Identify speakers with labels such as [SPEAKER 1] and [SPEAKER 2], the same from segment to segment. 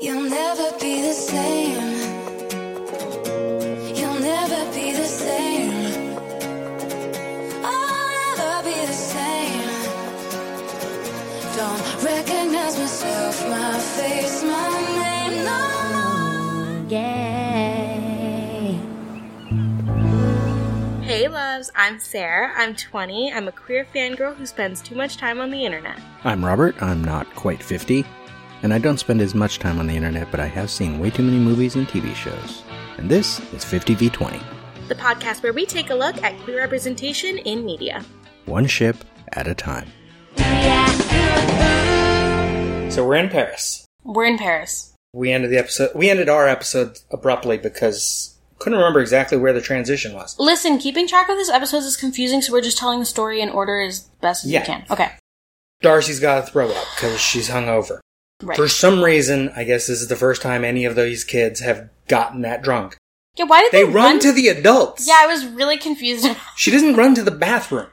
[SPEAKER 1] You'll never be the same. You'll never be the same. I'll never be the same. Don't recognize myself, my face, my name. No, yeah.
[SPEAKER 2] Hey loves, I'm Sarah. I'm 20. I'm a queer fangirl who spends too much time on the internet.
[SPEAKER 3] I'm Robert. I'm not quite 50. And I don't spend as much time on the internet, but I have seen way too many movies and TV shows. And this is 50 v 20.
[SPEAKER 2] The podcast where we take a look at queer representation in media.
[SPEAKER 3] One ship at a time.
[SPEAKER 4] So we're in Paris.
[SPEAKER 2] We're in Paris.
[SPEAKER 4] We ended the episode. We ended our episode abruptly because couldn't remember exactly where the transition was.
[SPEAKER 2] Listen, keeping track of these episodes is confusing, so we're just telling the story in order as best as
[SPEAKER 4] Yeah.
[SPEAKER 2] we can. Okay.
[SPEAKER 4] Darcy's got to throw up because she's hungover.
[SPEAKER 2] Right.
[SPEAKER 4] For some reason, I guess this is the first time any of these kids have gotten that drunk.
[SPEAKER 2] yeah, why did
[SPEAKER 4] They
[SPEAKER 2] they,
[SPEAKER 4] run to the adults.
[SPEAKER 2] Yeah, I was really confused.
[SPEAKER 4] She doesn't run to the bathroom.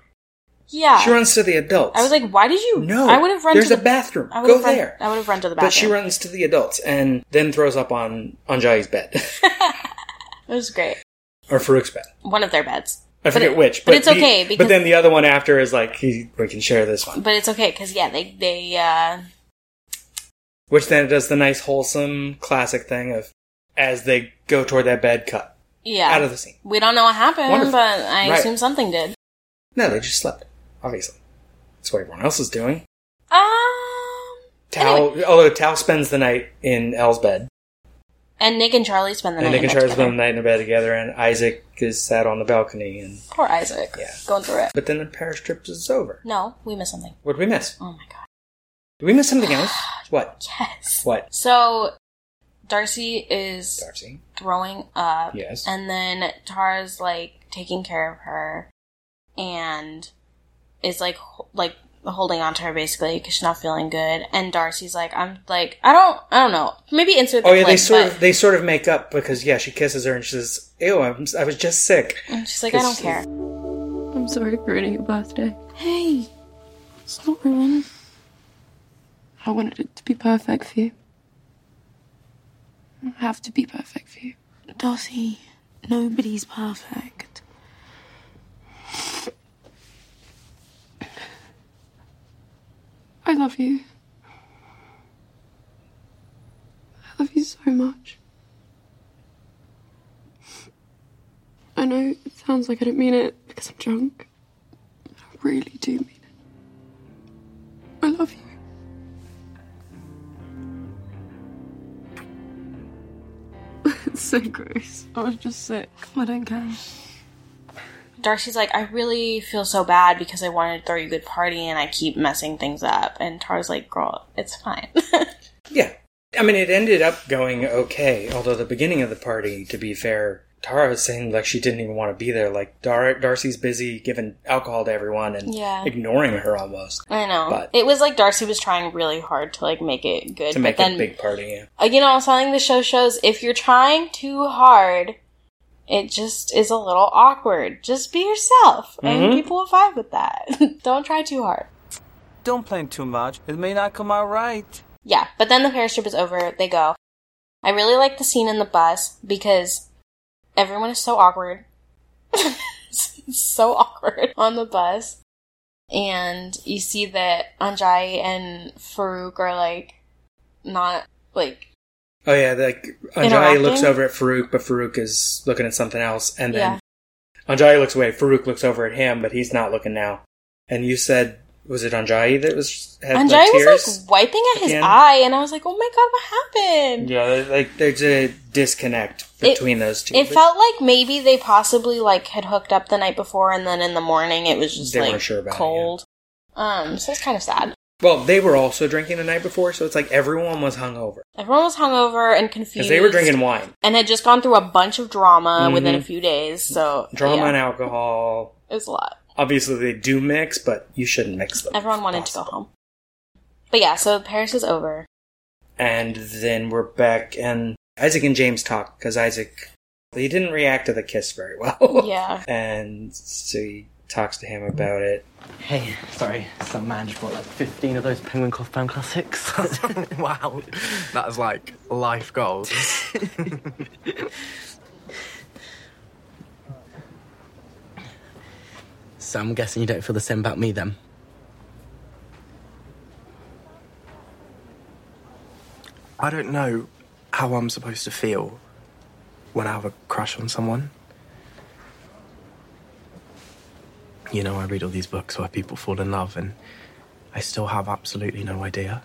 [SPEAKER 2] yeah.
[SPEAKER 4] She runs to the adults.
[SPEAKER 2] I was like, why did you
[SPEAKER 4] No,
[SPEAKER 2] I would have run
[SPEAKER 4] there's
[SPEAKER 2] to
[SPEAKER 4] a
[SPEAKER 2] the
[SPEAKER 4] bathroom.
[SPEAKER 2] I would
[SPEAKER 4] Go
[SPEAKER 2] have run-
[SPEAKER 4] there.
[SPEAKER 2] I would have run to the bathroom.
[SPEAKER 4] but she runs to the adults and then throws up on Anjali's bed
[SPEAKER 2] It was great.
[SPEAKER 4] or Farouk's bed.
[SPEAKER 2] One of their beds.
[SPEAKER 4] I
[SPEAKER 2] But
[SPEAKER 4] forget
[SPEAKER 2] it-
[SPEAKER 4] which,
[SPEAKER 2] but it's
[SPEAKER 4] the-
[SPEAKER 2] okay because
[SPEAKER 4] but then the other one after is like he, we can share this one,
[SPEAKER 2] but it's okay because yeah, they they uh
[SPEAKER 4] which then it does the nice wholesome classic thing of as they go toward that bed cut
[SPEAKER 2] yeah
[SPEAKER 4] out of the scene.
[SPEAKER 2] we don't know what happened,
[SPEAKER 4] Wonderful.
[SPEAKER 2] but I
[SPEAKER 4] Right.
[SPEAKER 2] assume something did.
[SPEAKER 4] No, they just slept. Obviously, that's what everyone else is doing.
[SPEAKER 2] Um,
[SPEAKER 4] Tao, although Tao spends the night in Elle's bed,
[SPEAKER 2] and Nick and Charlie spend the
[SPEAKER 4] and
[SPEAKER 2] night.
[SPEAKER 4] Nick and
[SPEAKER 2] in bed
[SPEAKER 4] Charlie spend the
[SPEAKER 2] together.
[SPEAKER 4] night in a bed together, and Isaac is sat on the balcony. And
[SPEAKER 2] Poor Isaac.
[SPEAKER 4] Yeah.
[SPEAKER 2] Going through it.
[SPEAKER 4] but then the Paris trip is over.
[SPEAKER 2] No, we missed something.
[SPEAKER 4] What did we miss?
[SPEAKER 2] Oh my god.
[SPEAKER 4] Did we miss something else? What?
[SPEAKER 2] Yes.
[SPEAKER 4] What?
[SPEAKER 2] So Darcy is
[SPEAKER 4] Darcy.
[SPEAKER 2] throwing up.
[SPEAKER 4] Yes.
[SPEAKER 2] And then Tara's like taking care of her, and is like ho- like holding on to her basically because she's not feeling good. And Darcy's like, I'm like, I don't, I don't know. Maybe insert. The
[SPEAKER 4] Oh yeah, they
[SPEAKER 2] clip,
[SPEAKER 4] sort
[SPEAKER 2] but-
[SPEAKER 4] of they sort of make up because yeah, she kisses her and she says, "Ew, I'm, I was just sick."
[SPEAKER 2] and she's like, I don't
[SPEAKER 4] This-
[SPEAKER 2] care.
[SPEAKER 5] I'm sorry for ruining your birthday.
[SPEAKER 6] Hey, it's not ruined.
[SPEAKER 5] I wanted it to be perfect for you. I have to be perfect for you.
[SPEAKER 6] Darcy, nobody's perfect.
[SPEAKER 5] I love you. I love you so much. I know it sounds like I don't mean it because I'm drunk, but I really do mean it. I love you. it's so gross. I was just sick. I don't care.
[SPEAKER 2] Darcy's like, I really feel so bad because I wanted to throw you a good party and I keep messing things up. And Tara's like, girl, it's fine.
[SPEAKER 4] Yeah, I mean, it ended up going okay. Although the beginning of the party, to be fair, Tara seemed like she didn't even want to be there. Like Dar- Darcy's busy giving alcohol to everyone and
[SPEAKER 2] Yeah.
[SPEAKER 4] ignoring her almost
[SPEAKER 2] I know.
[SPEAKER 4] But-
[SPEAKER 2] it was like Darcy was trying really hard to like make it good.
[SPEAKER 4] to make
[SPEAKER 2] but then,
[SPEAKER 4] a big party. Yeah.
[SPEAKER 2] uh, you know, something the show shows, if you're trying too hard, it just is a little awkward. Just be yourself. And
[SPEAKER 4] Mhm.
[SPEAKER 2] people will vibe with that. Don't try too hard.
[SPEAKER 7] Don't plan too much. It may not come out right.
[SPEAKER 2] Yeah, but then the Paris trip is over. They go. I really like the scene in the bus because everyone is so awkward. it's so awkward on the bus. And you see that Anjai and Farouk are like not like
[SPEAKER 4] Oh yeah, like Anjali
[SPEAKER 2] Interacting?
[SPEAKER 4] looks over at Farouk, but Farouk is looking at something else, and then
[SPEAKER 2] yeah.
[SPEAKER 4] Anjali looks away. Farouk looks over at him, but he's not looking now. And you said, was it Anjali that was had
[SPEAKER 2] Anjai
[SPEAKER 4] like, tears?
[SPEAKER 2] was like wiping at his
[SPEAKER 4] again?
[SPEAKER 2] eye and I was like, "Oh my god, what happened?"
[SPEAKER 4] Yeah, they- like there's a disconnect
[SPEAKER 2] It-
[SPEAKER 4] between those two.
[SPEAKER 2] It
[SPEAKER 4] but
[SPEAKER 2] felt like maybe they possibly like had hooked up the night before, and then in the morning it was just
[SPEAKER 4] They weren't
[SPEAKER 2] like
[SPEAKER 4] sure about it, yeah.
[SPEAKER 2] cold. Um, so it's kind of sad.
[SPEAKER 4] well, they were also drinking the night before, so it's like everyone was hungover
[SPEAKER 2] Everyone was hungover and
[SPEAKER 4] because
[SPEAKER 2] confused.
[SPEAKER 4] they were drinking wine,
[SPEAKER 2] and had just gone through a bunch of drama within a
[SPEAKER 4] Mhm.
[SPEAKER 2] few days. So
[SPEAKER 4] drama
[SPEAKER 2] yeah,
[SPEAKER 4] and alcohol.
[SPEAKER 2] it was a lot.
[SPEAKER 4] Obviously, they do mix, but you shouldn't mix them.
[SPEAKER 2] Everyone
[SPEAKER 4] if
[SPEAKER 2] wanted to go
[SPEAKER 4] possible.
[SPEAKER 2] home. But yeah, so Paris is over.
[SPEAKER 4] And then we're back, and Isaac and James talk because Isaac he didn't react to the kiss very well.
[SPEAKER 2] Yeah.
[SPEAKER 4] and so he talks to him about it.
[SPEAKER 7] Hey, sorry, some man just bought like 15 of those Penguin Cough Pound classics.
[SPEAKER 3] wow, that is like life goals.
[SPEAKER 7] so I'm guessing you don't feel the same about me then.
[SPEAKER 3] I don't know how I'm supposed to feel when I have a crush on someone. You know, I read all these books where people fall in love, and I still have absolutely no idea.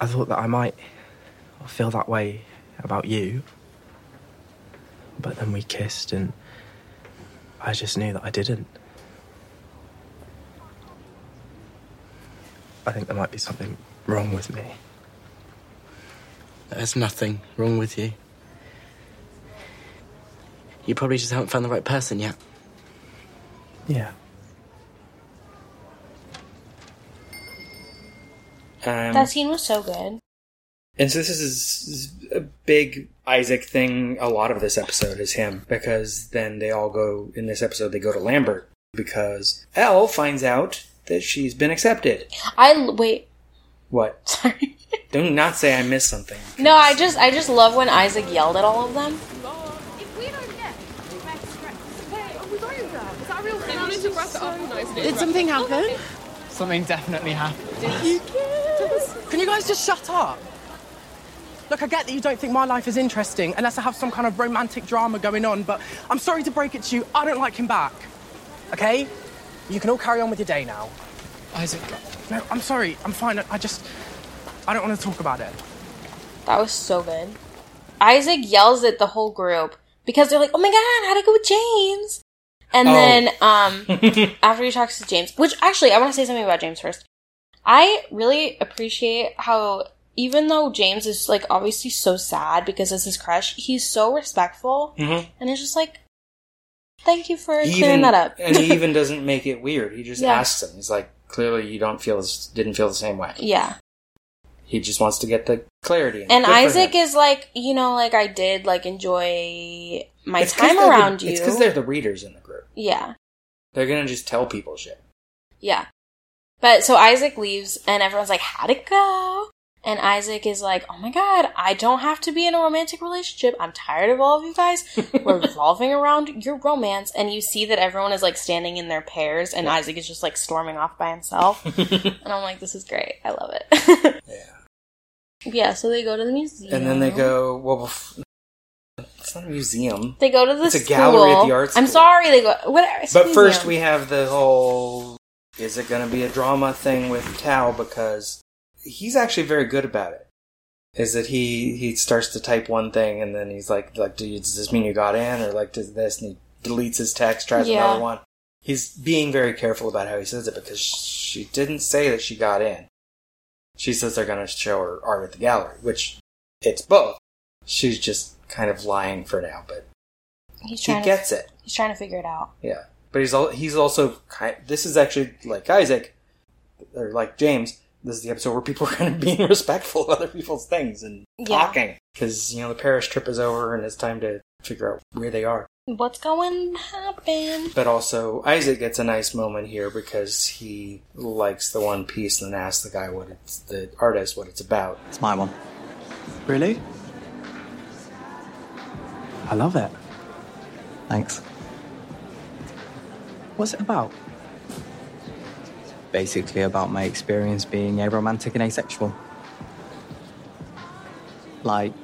[SPEAKER 3] I thought that I might feel that way about you, but then we kissed, and I just knew that I didn't. I think there might be something wrong with me.
[SPEAKER 7] There's nothing wrong with you. You probably just haven't found the right person yet.
[SPEAKER 3] Yeah.
[SPEAKER 4] Um,
[SPEAKER 2] That scene was so good.
[SPEAKER 4] And so this is a big Isaac thing. A lot of this episode is him because then they all go in this episode. They go to Lambert because Elle finds out that she's been accepted.
[SPEAKER 2] I l- wait.
[SPEAKER 4] What?
[SPEAKER 2] Sorry.
[SPEAKER 4] Don't not say I missed something.
[SPEAKER 2] No, I just I just love when Isaac yelled at all of them.
[SPEAKER 8] Did something happen?
[SPEAKER 7] Something definitely happened.
[SPEAKER 8] Can you guys just shut up?
[SPEAKER 9] Look, I get that you don't think my life is interesting unless I have some kind of romantic drama going on, but I'm sorry to break it to you, I don't like him back. Okay? You can all carry on with your day now.
[SPEAKER 8] Isaac.
[SPEAKER 9] No, I'm sorry, I'm fine. I- I just. I don't want to talk about it.
[SPEAKER 2] That was so good. Isaac yells at the whole group because they're like, "Oh my god, how'd it go with James?" And
[SPEAKER 4] Oh.
[SPEAKER 2] then um, after he talks to James, which actually I want to say something about James first. I really appreciate how even though James is like obviously so sad because it's his crush, he's so respectful
[SPEAKER 4] Mhm.
[SPEAKER 2] and it's just like, "Thank you for
[SPEAKER 4] He
[SPEAKER 2] clearing that up."
[SPEAKER 4] and he even doesn't make it weird. He just
[SPEAKER 2] Yeah.
[SPEAKER 4] asks him. He's like, clearly you don't feel this, didn't feel the same way.
[SPEAKER 2] yeah.
[SPEAKER 4] He just wants to get the clarity.
[SPEAKER 2] And
[SPEAKER 4] Good for
[SPEAKER 2] Isaac
[SPEAKER 4] him.
[SPEAKER 2] is like, you know, like I did like enjoy my
[SPEAKER 4] It's 'cause
[SPEAKER 2] time
[SPEAKER 4] they're the-
[SPEAKER 2] around you.
[SPEAKER 4] It's because they're the readers in the group.
[SPEAKER 2] yeah.
[SPEAKER 4] They're gonna just tell people shit.
[SPEAKER 2] Yeah. But so Isaac leaves and everyone's like, How'd it go? And Isaac is like, Oh my god, I don't have to be in a romantic relationship. I'm tired of all of you guys revolving around your romance. And you see that everyone is like standing in their pairs and Isaac is just like storming off by himself. and I'm like, This is great. I love it.
[SPEAKER 4] Yeah.
[SPEAKER 2] yeah, so they go to the museum.
[SPEAKER 4] And then they go, well, bef- it's not a museum.
[SPEAKER 2] They go to the
[SPEAKER 4] It's a
[SPEAKER 2] school.
[SPEAKER 4] gallery at the art
[SPEAKER 2] I'm
[SPEAKER 4] school.
[SPEAKER 2] sorry, they go whatever. it's a
[SPEAKER 4] But first,
[SPEAKER 2] museum.
[SPEAKER 4] we have the whole is it going to be a drama thing with Tao because he's actually very good about it. Is that he he starts to type one thing and then he's like like do you, does this mean you got in or like does this and he deletes his text tries
[SPEAKER 2] Yeah.
[SPEAKER 4] another one. He's being very careful about how he says it because she didn't say that she got in. She says they're going to show her art at the gallery, which it's both. She's just kind of lying for now, but
[SPEAKER 2] he's
[SPEAKER 4] he
[SPEAKER 2] trying to,
[SPEAKER 4] gets it.
[SPEAKER 2] he's trying to figure it out.
[SPEAKER 4] Yeah, but he's al- he's also kind. This is actually like Isaac, or like James. This is the episode where people are kind of being respectful of other people's things and
[SPEAKER 2] Yeah.
[SPEAKER 4] talking because you know the Paris trip is over and it's time to figure out where they are.
[SPEAKER 2] What's going to happen?
[SPEAKER 4] But also Isaac gets a nice moment here because he likes the one piece and asks the guy what it's the artist what it's about.
[SPEAKER 7] It's my one.
[SPEAKER 3] Really? I love it.
[SPEAKER 7] Thanks.
[SPEAKER 3] What's it about?
[SPEAKER 7] Basically, about my experience being aromantic and asexual. Like,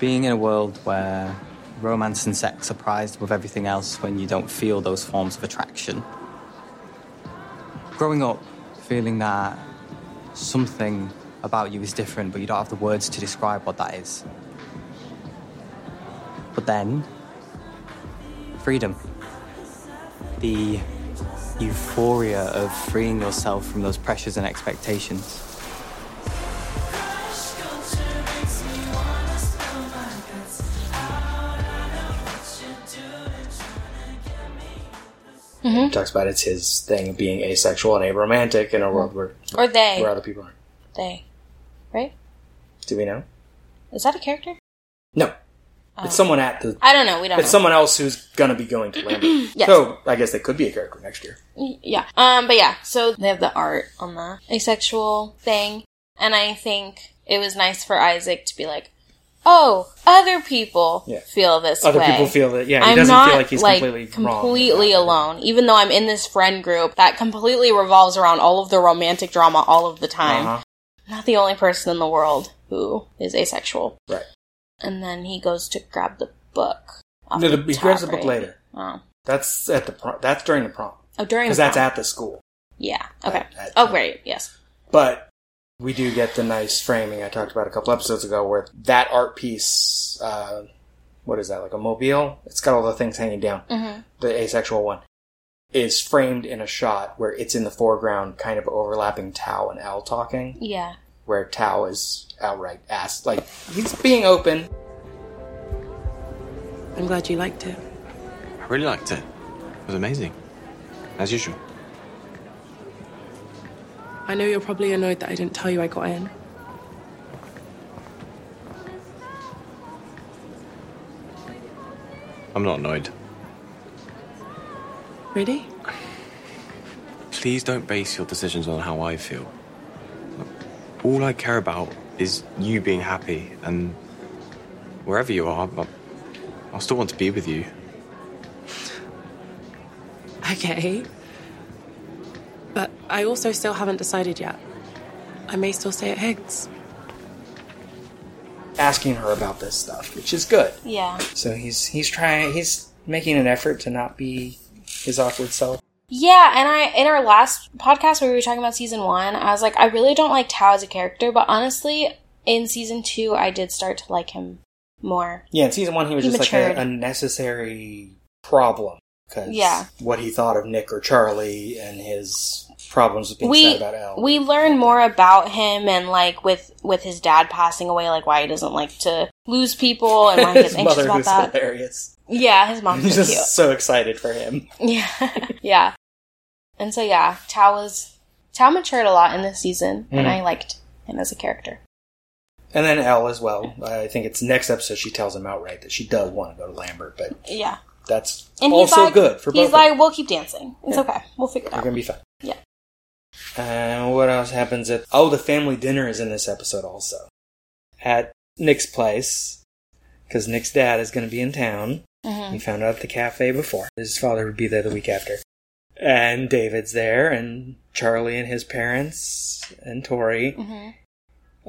[SPEAKER 7] being in a world where romance and sex are prized with everything else when you don't feel those forms of attraction. Growing up, feeling that something about you is different, but you don't have the words to describe what that is. But then, freedom. The euphoria of freeing yourself from those pressures and expectations.
[SPEAKER 2] Mm-hmm.
[SPEAKER 4] He talks about it's his thing being asexual and aromantic in a world where
[SPEAKER 2] Or they.
[SPEAKER 4] where other people aren't.
[SPEAKER 2] They. Right?
[SPEAKER 4] Do we know?
[SPEAKER 2] Is that a character?
[SPEAKER 4] No.
[SPEAKER 2] Oh.
[SPEAKER 4] It's someone at the.
[SPEAKER 2] I don't know, we don't
[SPEAKER 4] It's
[SPEAKER 2] know.
[SPEAKER 4] someone else who's going to be going to Lambert.
[SPEAKER 2] Yes.
[SPEAKER 4] So I guess they could be a character next year.
[SPEAKER 2] Y- Yeah. Um, but yeah, so they have the art on the asexual thing. And I think it was nice for Isaac to be like, oh, other people
[SPEAKER 4] Yeah.
[SPEAKER 2] feel this
[SPEAKER 4] Other
[SPEAKER 2] way.
[SPEAKER 4] people feel that- yeah, he
[SPEAKER 2] I'm
[SPEAKER 4] doesn't
[SPEAKER 2] not,
[SPEAKER 4] feel like he's completely wrong
[SPEAKER 2] completely alone. Even though I'm in this friend group that completely revolves around all of the romantic drama all of the time.
[SPEAKER 4] Uh-huh.
[SPEAKER 2] I'm not the only person in the world who is asexual.
[SPEAKER 4] Right.
[SPEAKER 2] And then he goes to grab the book. off
[SPEAKER 4] No, the, he grabs the
[SPEAKER 2] top,
[SPEAKER 4] book
[SPEAKER 2] right?
[SPEAKER 4] later.
[SPEAKER 2] Oh.
[SPEAKER 4] That's at the prom. That's during the prom.
[SPEAKER 2] Oh, during the
[SPEAKER 4] because that's
[SPEAKER 2] prom.
[SPEAKER 4] at the school.
[SPEAKER 2] Yeah. Okay.
[SPEAKER 4] That-
[SPEAKER 2] oh, great. Yes.
[SPEAKER 4] But we do get the nice framing I talked about a couple episodes ago, where that art piece, uh, what is that, like a mobile? It's got all the things hanging down.
[SPEAKER 2] Mhm.
[SPEAKER 4] The asexual one is framed in a shot where it's in the foreground, kind of overlapping Tao and Al talking,
[SPEAKER 2] Yeah.
[SPEAKER 4] where Tao is outright asked, like he's being open.
[SPEAKER 5] I'm glad you liked it.
[SPEAKER 9] I really liked it. It was amazing. As usual.
[SPEAKER 5] I know you're probably annoyed that I didn't tell you I got in.
[SPEAKER 9] I'm not annoyed.
[SPEAKER 5] Really?
[SPEAKER 9] Please don't base your decisions on how I feel. All I care about is you being happy, and wherever you are, I- I'll still want to be with you.
[SPEAKER 5] Okay. But I also still haven't decided yet. I may still stay at Higgs.
[SPEAKER 4] asking her about this stuff, which is good.
[SPEAKER 2] Yeah.
[SPEAKER 4] So he's he's trying he's making an effort to not be his awkward self.
[SPEAKER 2] Yeah, and I in our last podcast where we were talking about season one, I was like, I really don't like Tao as a character, but honestly, in season two, I did start to like him more.
[SPEAKER 4] Yeah, in season one he was
[SPEAKER 2] He
[SPEAKER 4] just like
[SPEAKER 2] matured.
[SPEAKER 4] a, a necessary problem because
[SPEAKER 2] Yeah.
[SPEAKER 4] what he thought of Nick or Charlie and his problems with being sad
[SPEAKER 2] We
[SPEAKER 4] about Al.
[SPEAKER 2] we learn more about him and like with with his dad passing away, like why he doesn't like to lose people and why he
[SPEAKER 4] his
[SPEAKER 2] gets anxious
[SPEAKER 4] mother
[SPEAKER 2] about
[SPEAKER 4] who's
[SPEAKER 2] that.
[SPEAKER 4] hilarious.
[SPEAKER 2] Yeah, his mom's
[SPEAKER 4] He's
[SPEAKER 2] so
[SPEAKER 4] just
[SPEAKER 2] cute.
[SPEAKER 4] so excited for him.
[SPEAKER 2] Yeah, yeah. And so yeah, Tao was Tao matured a lot in this season, and
[SPEAKER 4] Mhm.
[SPEAKER 2] I liked him as a character.
[SPEAKER 4] And then Al as well. I think it's next episode she tells him outright that she does want to go to Lambert, but
[SPEAKER 2] Yeah,
[SPEAKER 4] that's
[SPEAKER 2] and he's
[SPEAKER 4] also
[SPEAKER 2] like,
[SPEAKER 4] good for both.
[SPEAKER 2] He's
[SPEAKER 4] of them.
[SPEAKER 2] like, we'll keep dancing. It's
[SPEAKER 4] Yeah.
[SPEAKER 2] okay. We'll figure it
[SPEAKER 4] They're
[SPEAKER 2] out.
[SPEAKER 4] gonna be fine.
[SPEAKER 2] Yeah.
[SPEAKER 4] And what else happens at? Oh, the family dinner is in this episode also, at Nick's place, because Nick's dad is gonna be in town.
[SPEAKER 2] Mhm.
[SPEAKER 4] We found out at the cafe before. His father would be there the week after, and David's there, and Charlie and his parents, and Tori.
[SPEAKER 2] Mhm.
[SPEAKER 4] I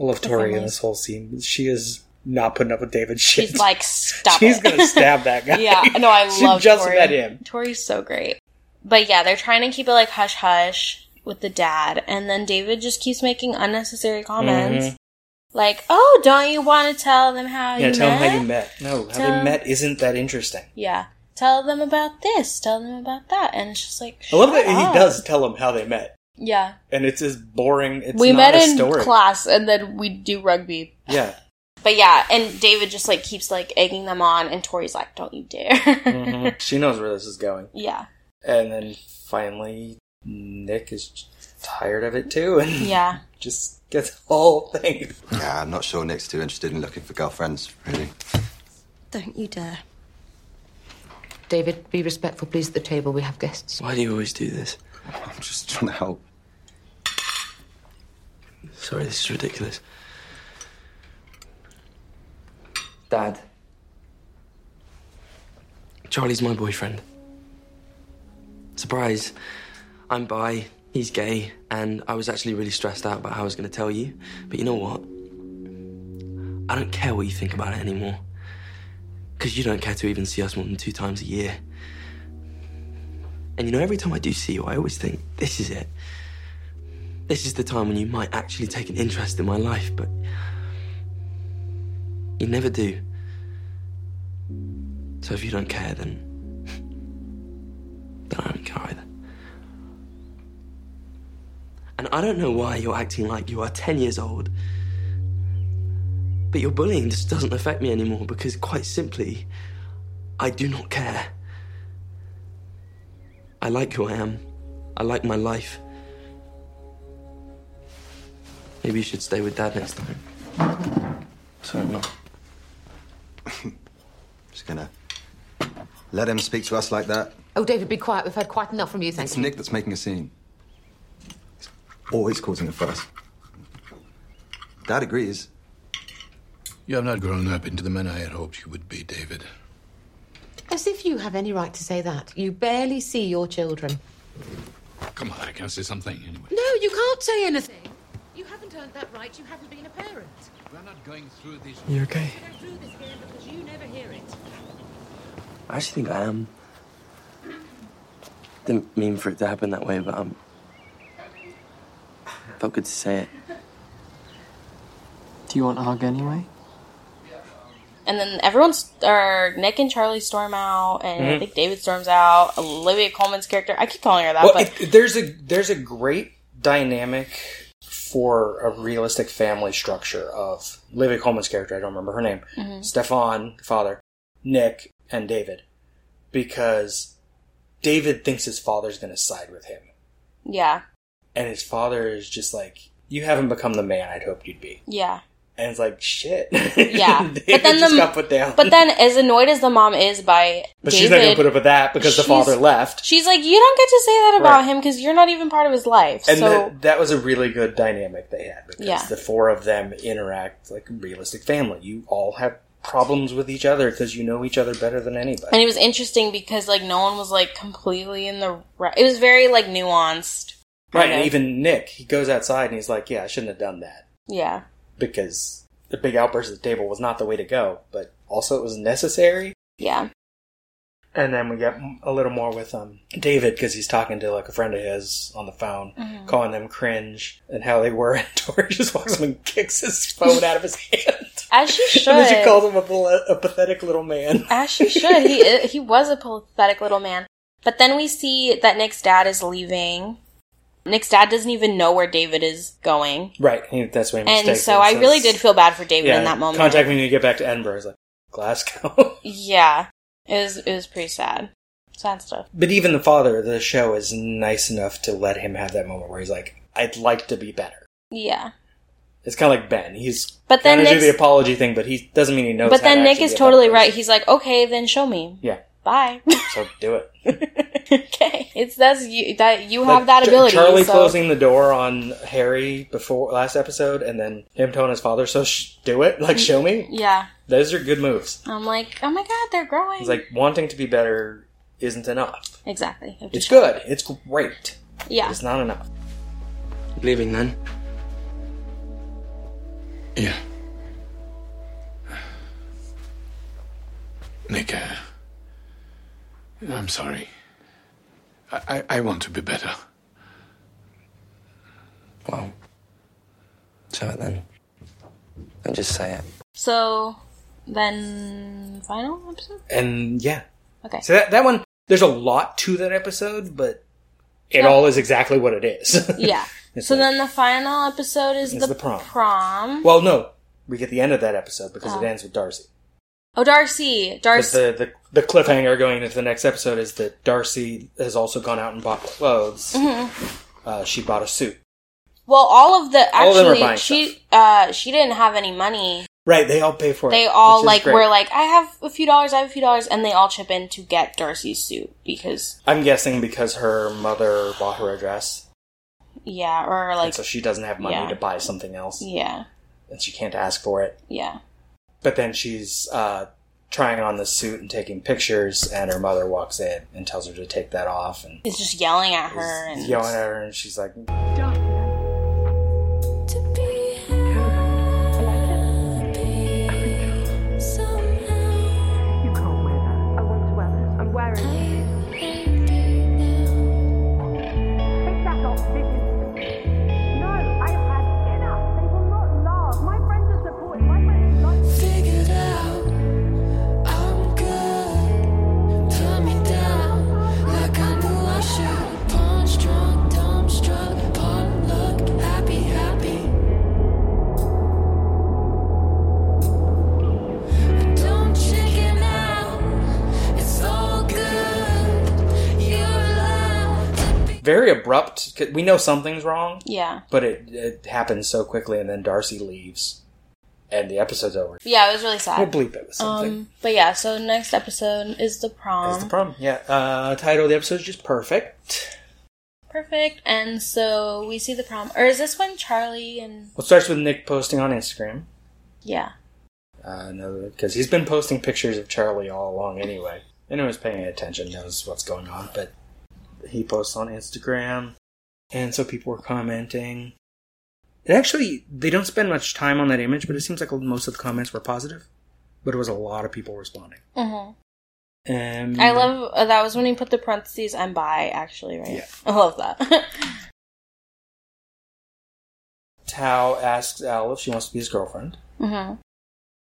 [SPEAKER 4] love
[SPEAKER 2] The
[SPEAKER 4] Tori in
[SPEAKER 2] family.
[SPEAKER 4] this whole scene. She is not putting up with David's shit.
[SPEAKER 2] She's like, stop
[SPEAKER 4] She's
[SPEAKER 2] it.
[SPEAKER 4] gonna stab that guy.
[SPEAKER 2] yeah, no, I
[SPEAKER 4] She
[SPEAKER 2] love
[SPEAKER 4] just
[SPEAKER 2] Tori.
[SPEAKER 4] met him.
[SPEAKER 2] Tori's so great. But yeah, they're trying to keep it like hush hush with the dad, and then David just keeps making unnecessary comments.
[SPEAKER 4] Mhm.
[SPEAKER 2] Like, oh, don't you want to tell them how
[SPEAKER 4] yeah,
[SPEAKER 2] you
[SPEAKER 4] tell
[SPEAKER 2] met?
[SPEAKER 4] him how you met. No, how
[SPEAKER 2] Tell-
[SPEAKER 4] they met isn't that interesting.
[SPEAKER 2] Yeah. Tell them about this, tell them about that. And it's just like,
[SPEAKER 4] I love
[SPEAKER 2] shut
[SPEAKER 4] that he
[SPEAKER 2] up.
[SPEAKER 4] does tell him how they met,
[SPEAKER 2] Yeah.
[SPEAKER 4] and it's as boring. It's
[SPEAKER 2] we
[SPEAKER 4] not
[SPEAKER 2] met
[SPEAKER 4] a
[SPEAKER 2] in
[SPEAKER 4] story.
[SPEAKER 2] class, and then we do rugby.
[SPEAKER 4] Yeah,
[SPEAKER 2] But yeah, and David just like keeps like egging them on, and Tori's like, don't you dare.
[SPEAKER 9] Mm-hmm.
[SPEAKER 4] Mhm. she knows where this is going.
[SPEAKER 2] yeah.
[SPEAKER 4] And then finally, Nick is tired of it too, and
[SPEAKER 2] Yeah.
[SPEAKER 4] just gets the whole thing.
[SPEAKER 3] Yeah, I'm not sure Nick's too interested in looking for girlfriends, really.
[SPEAKER 10] Don't you dare. David, be respectful, please, at the table. We have guests.
[SPEAKER 3] Why do you always do this? I'm just trying to help.
[SPEAKER 9] Sorry, this is ridiculous.
[SPEAKER 11] Dad. Charlie's my boyfriend. Surprise. I'm bi, he's gay, and I was actually really stressed out about how I was going to tell you. But you know what? I don't care what you think about it anymore. Because you don't care to even see us more than two times a year. And you know, every time I do see you, I always think, this is it. This is the time when you might actually take an interest in my life, but you never do. So if you don't care, then. then I don't care either. And I don't know why you're acting like you are 10 years old. But your bullying just doesn't affect me anymore because, quite simply, I do not care. I like who I am. I like my life. Maybe you should stay with Dad next time. Sorry, Mum.
[SPEAKER 12] Let him speak to us like that.
[SPEAKER 10] Oh, David, be quiet. We've heard quite enough from you, thank
[SPEAKER 12] It's
[SPEAKER 10] you.
[SPEAKER 12] Nick that's making a scene. He's always causing a fuss. Dad agrees.
[SPEAKER 13] You have not grown up into the man I had hoped you would be, David.
[SPEAKER 10] As if you have any right to say that. You barely see your children.
[SPEAKER 13] Come on, I can say something anyway.
[SPEAKER 10] No, you can't say anything.
[SPEAKER 14] You haven't earned that right. You haven't been a parent. We're not going through this.
[SPEAKER 15] You okay?
[SPEAKER 14] Go through this game because you never hear it.
[SPEAKER 4] I actually think I am. Didn't mean for it to happen that way, but um, felt good to say it.
[SPEAKER 16] Do you want a hug anyway?
[SPEAKER 2] And then everyone's, or Nick and Charlie storm out, and I
[SPEAKER 9] Mhm.
[SPEAKER 2] think David storms out. Olivia Coleman's character, I keep calling her that,
[SPEAKER 9] Well,
[SPEAKER 2] but
[SPEAKER 9] it, there's a there's a great dynamic for a realistic family structure of Olivia Coleman's character. I don't remember her name.
[SPEAKER 2] Mhm.
[SPEAKER 9] Stefan, the father, Nick, and David, because David thinks his father's going to side with him,
[SPEAKER 2] yeah,
[SPEAKER 9] and his father is just like, "You haven't become the man I'd hoped you'd be."
[SPEAKER 2] yeah.
[SPEAKER 9] And it's like, shit.
[SPEAKER 2] Yeah.
[SPEAKER 9] David
[SPEAKER 2] But then
[SPEAKER 9] just
[SPEAKER 2] the-
[SPEAKER 9] got put down.
[SPEAKER 2] But then, as annoyed as the mom is by
[SPEAKER 9] But
[SPEAKER 2] David,
[SPEAKER 9] she's not going to put up with that because the
[SPEAKER 2] she's-
[SPEAKER 9] father left.
[SPEAKER 2] she's like, you don't get to say that about
[SPEAKER 9] Right.
[SPEAKER 2] him because you're not even part of his life.
[SPEAKER 9] And
[SPEAKER 2] so
[SPEAKER 9] that, that was a really good dynamic they had because
[SPEAKER 2] Yeah.
[SPEAKER 9] the four of them interact like a realistic family. You all have problems with each other because you know each other better than anybody.
[SPEAKER 2] And it was interesting because like no one was like completely in the right. It was very like nuanced.
[SPEAKER 9] right,
[SPEAKER 2] kind
[SPEAKER 9] and
[SPEAKER 2] of.
[SPEAKER 9] even Nick, he goes outside and he's like, "Yeah, I shouldn't have done that
[SPEAKER 2] yeah,
[SPEAKER 9] because the big outburst at the table was not the way to go, but also it was necessary."
[SPEAKER 2] yeah,
[SPEAKER 9] And then we get m- a little more with um, David because he's talking to like a friend of his on the phone,
[SPEAKER 2] Mhm.
[SPEAKER 9] calling them cringe and how they were. And Tori just walks up and kicks his phone out of his hand.
[SPEAKER 2] as she should.
[SPEAKER 9] And then she calls him a, pal- a pathetic little man.
[SPEAKER 2] as she should. He i- he was a pathetic little man. But then we see that Nick's dad is leaving. Nick's dad doesn't even know where David is going,
[SPEAKER 9] Right, he- that's when he
[SPEAKER 2] and
[SPEAKER 9] mistakes
[SPEAKER 2] so
[SPEAKER 9] it,
[SPEAKER 2] I really
[SPEAKER 9] it's-
[SPEAKER 2] did feel bad for David
[SPEAKER 9] yeah,
[SPEAKER 2] in that moment.
[SPEAKER 9] Contact me when you get back to Edinburgh. It's like Glasgow.
[SPEAKER 2] Yeah, it was it was pretty sad, sad stuff.
[SPEAKER 9] but even the father of the show is nice enough to let him have that moment where he's like, "I'd like to be better."
[SPEAKER 2] Yeah.
[SPEAKER 9] It's kind of like Ben. He's
[SPEAKER 2] But then
[SPEAKER 9] kinda do the
[SPEAKER 2] Nick's-
[SPEAKER 9] apology thing, but he doesn't mean he knows.
[SPEAKER 2] but
[SPEAKER 9] how to
[SPEAKER 2] then Nick
[SPEAKER 9] actually
[SPEAKER 2] is
[SPEAKER 9] be a better
[SPEAKER 2] totally
[SPEAKER 9] person.
[SPEAKER 2] right. He's like, okay, then show me.
[SPEAKER 9] Yeah,
[SPEAKER 2] Bye.
[SPEAKER 9] so do it.
[SPEAKER 2] okay, it's that's you that you have
[SPEAKER 9] Like,
[SPEAKER 2] that
[SPEAKER 9] Ch-
[SPEAKER 2] ability.
[SPEAKER 9] Charlie
[SPEAKER 2] so-
[SPEAKER 9] closing the door on Harry before last episode, and then him telling his father, "So sh- do it, like show me."
[SPEAKER 2] Yeah,
[SPEAKER 9] Those are good moves.
[SPEAKER 2] I'm like, oh my god, they're growing.
[SPEAKER 9] It's like wanting to be better isn't enough.
[SPEAKER 2] exactly. You have to
[SPEAKER 9] It's
[SPEAKER 2] show-
[SPEAKER 9] good. It's great.
[SPEAKER 2] Yeah.
[SPEAKER 9] It's not enough.
[SPEAKER 4] Leaving then?
[SPEAKER 13] Yeah. Nick, uh, I'm sorry. I, I, I want to be better.
[SPEAKER 4] Well, so then. Don't just say it.
[SPEAKER 2] So then, final episode.
[SPEAKER 9] And yeah.
[SPEAKER 2] Okay.
[SPEAKER 9] So that, that one, there's a lot to that episode, but it all is exactly what it is.
[SPEAKER 2] yeah.
[SPEAKER 9] It's
[SPEAKER 2] so then the final episode is
[SPEAKER 9] It's
[SPEAKER 2] the,
[SPEAKER 9] the prom.
[SPEAKER 2] prom.
[SPEAKER 9] well, no, we get the end of that episode because
[SPEAKER 2] Oh.
[SPEAKER 9] it ends with Darcy.
[SPEAKER 2] oh, Darcy.
[SPEAKER 9] 'Cause
[SPEAKER 2] Darcy.
[SPEAKER 9] The, the the cliffhanger going into the next episode is that Darcy has also gone out and bought clothes.
[SPEAKER 2] Mhm.
[SPEAKER 9] Uh, she bought a suit.
[SPEAKER 2] Well, all of the
[SPEAKER 9] All of them are
[SPEAKER 2] actually,
[SPEAKER 9] buying
[SPEAKER 2] she uh, she didn't have any money.
[SPEAKER 9] Right, they all pay for it.
[SPEAKER 2] They all
[SPEAKER 9] which is
[SPEAKER 2] like
[SPEAKER 9] great.
[SPEAKER 2] were like, I have a few dollars, I have a few dollars, and they all chip in to get Darcy's suit because
[SPEAKER 9] I'm guessing because her mother bought her a dress,
[SPEAKER 2] yeah, or like
[SPEAKER 9] and so she doesn't have money
[SPEAKER 2] yeah.
[SPEAKER 9] to buy something else,
[SPEAKER 2] yeah,
[SPEAKER 9] and she can't ask for it.
[SPEAKER 2] yeah.
[SPEAKER 9] But then she's uh, trying on the suit and taking pictures, and her mother walks in and tells her to take that off and
[SPEAKER 2] Is just yelling at her and
[SPEAKER 9] is yelling at her, and she's like,
[SPEAKER 1] Figured out I'm good. Put me down like I knew I should. Punch drunk, dumbstruck, pun look, happy, happy. Don't chicken out. It's all good. You're allowed.
[SPEAKER 9] very abrupt. 'cause We know something's wrong,
[SPEAKER 2] yeah.
[SPEAKER 9] but it, it happens so quickly, and then Darcy leaves. and the episode's over.
[SPEAKER 2] Yeah, it was really sad.
[SPEAKER 9] We'll bleep it with something.
[SPEAKER 2] Um, but yeah, so next episode is the prom.
[SPEAKER 9] That's the problem. Yeah. Uh, title of the episode is just perfect.
[SPEAKER 2] Perfect. And so we see the prom. Or is this when Charlie and.
[SPEAKER 9] Well, it starts with Nick posting on Instagram.
[SPEAKER 2] Yeah.
[SPEAKER 9] Uh, because he's been posting pictures of Charlie all along anyway. Anyone's paying attention knows what's going on, but he posts on Instagram, and so people were commenting. It actually, they don't spend much time on that image, but it seems like most of the comments were positive, but it was a lot of people responding.
[SPEAKER 2] Mhm.
[SPEAKER 9] And
[SPEAKER 2] I love. Uh, that was when he put the parentheses, I'm bi, actually, right?
[SPEAKER 9] Yeah.
[SPEAKER 2] I love that.
[SPEAKER 9] Tao asks Al if she wants to be his girlfriend,
[SPEAKER 2] hmm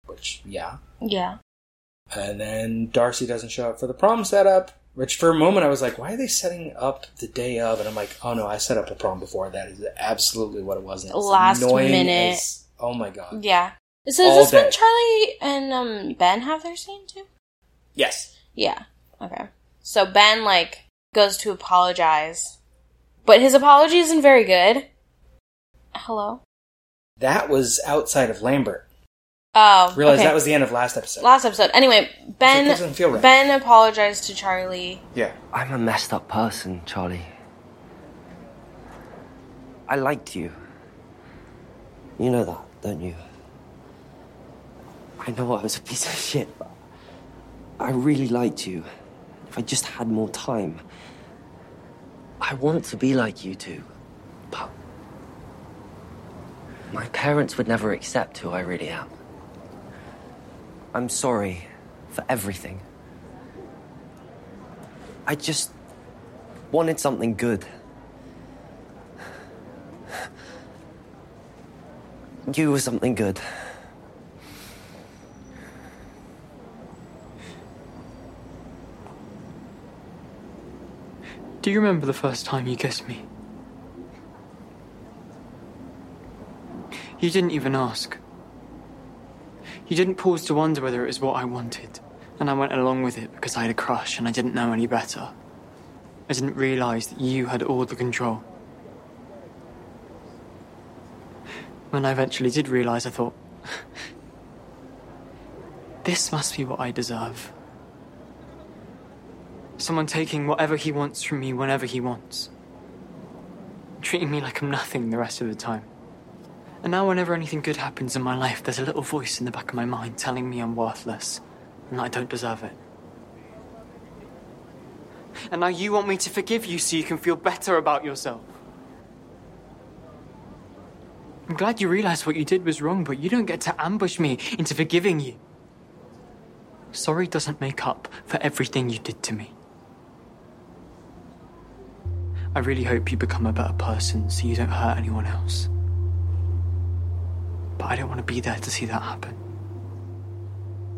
[SPEAKER 9] which, yeah.
[SPEAKER 2] Yeah.
[SPEAKER 9] And then Darcy doesn't show up for the prom setup, which for a moment I was like, why are they setting up the day of? And I'm like, oh no, I set up the prom before. That is absolutely what it was. And it's
[SPEAKER 2] Last
[SPEAKER 9] annoying
[SPEAKER 2] minute.
[SPEAKER 9] as- oh my god.
[SPEAKER 2] Yeah. So is
[SPEAKER 9] All
[SPEAKER 2] this
[SPEAKER 9] day.
[SPEAKER 2] when Charlie and um, Ben have their scene too?
[SPEAKER 9] Yes.
[SPEAKER 2] Yeah. Okay. So Ben like goes to apologize, but his apology isn't very good. Hello.
[SPEAKER 9] That was outside of Lambert.
[SPEAKER 2] Oh,
[SPEAKER 9] Realize
[SPEAKER 2] okay.
[SPEAKER 9] that was the end of last episode.
[SPEAKER 2] last episode. Anyway, Ben
[SPEAKER 9] doesn't feel right.
[SPEAKER 2] Ben apologized to Charlie.
[SPEAKER 9] Yeah.
[SPEAKER 4] I'm a messed up person, Charlie. I liked you. You know that, don't you? I know I was a piece of shit, but I really liked you. If I just had more time, I want to be like you two, but my parents would never accept who I really am. I'm sorry for everything. I just wanted something good. You were something good.
[SPEAKER 5] Do you remember the first time you kissed me? You didn't even ask. You didn't pause to wonder whether it was what I wanted, and I went along with it because I had a crush and I didn't know any better. I didn't realize that you had all the control. When I eventually did realize, I thought, this must be what I deserve. Someone taking whatever he wants from me whenever he wants. Treating me like I'm nothing the rest of the time. And now, whenever anything good happens in my life, there's a little voice in the back of my mind telling me I'm worthless and I don't deserve it. And now you want me to forgive you so you can feel better about yourself. I'm glad you realized what you did was wrong, but you don't get to ambush me into forgiving you. Sorry doesn't make up for everything you did to me. I really hope you become a better person so you don't hurt anyone else. But I don't want to be there to see that happen.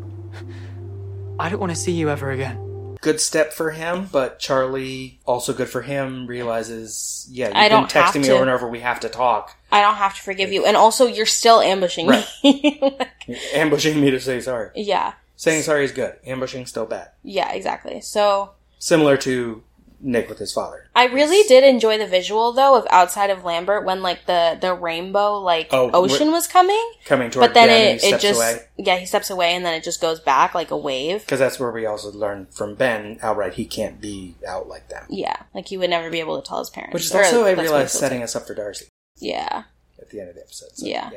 [SPEAKER 5] I don't want to see you ever again.
[SPEAKER 9] Good step for him, but Charlie, also good for him, realizes, yeah, you've
[SPEAKER 2] I
[SPEAKER 9] been
[SPEAKER 2] don't have
[SPEAKER 9] texting me
[SPEAKER 2] to.
[SPEAKER 9] over and over, we have to talk.
[SPEAKER 2] I don't have to forgive you, and also you're still ambushing
[SPEAKER 9] Right.
[SPEAKER 2] me.
[SPEAKER 9] Ambushing me to say sorry.
[SPEAKER 2] yeah.
[SPEAKER 9] Saying sorry is good. Ambushing still bad.
[SPEAKER 2] Yeah. Exactly. So
[SPEAKER 9] Similar to Nick with his father.
[SPEAKER 2] I really did enjoy the visual though of outside of Lambert when like the the rainbow like
[SPEAKER 9] Oh,
[SPEAKER 2] ocean
[SPEAKER 9] wh-
[SPEAKER 2] was coming,
[SPEAKER 9] Coming toward
[SPEAKER 2] but then
[SPEAKER 9] Ben, and
[SPEAKER 2] it,
[SPEAKER 9] he
[SPEAKER 2] it
[SPEAKER 9] steps
[SPEAKER 2] just
[SPEAKER 9] away.
[SPEAKER 2] yeah he steps away and then it just goes back like a wave.
[SPEAKER 9] Because that's where we also learned from Ben outright he can't be out like that.
[SPEAKER 2] Yeah, like he would never be able to tell his parents.
[SPEAKER 9] Which is
[SPEAKER 2] or
[SPEAKER 9] also, I
[SPEAKER 2] that's what it
[SPEAKER 9] realized,
[SPEAKER 2] feels
[SPEAKER 9] setting
[SPEAKER 2] like.
[SPEAKER 9] us up for Darcy
[SPEAKER 2] Yeah.
[SPEAKER 9] at the end of the episode. So,
[SPEAKER 2] Yeah.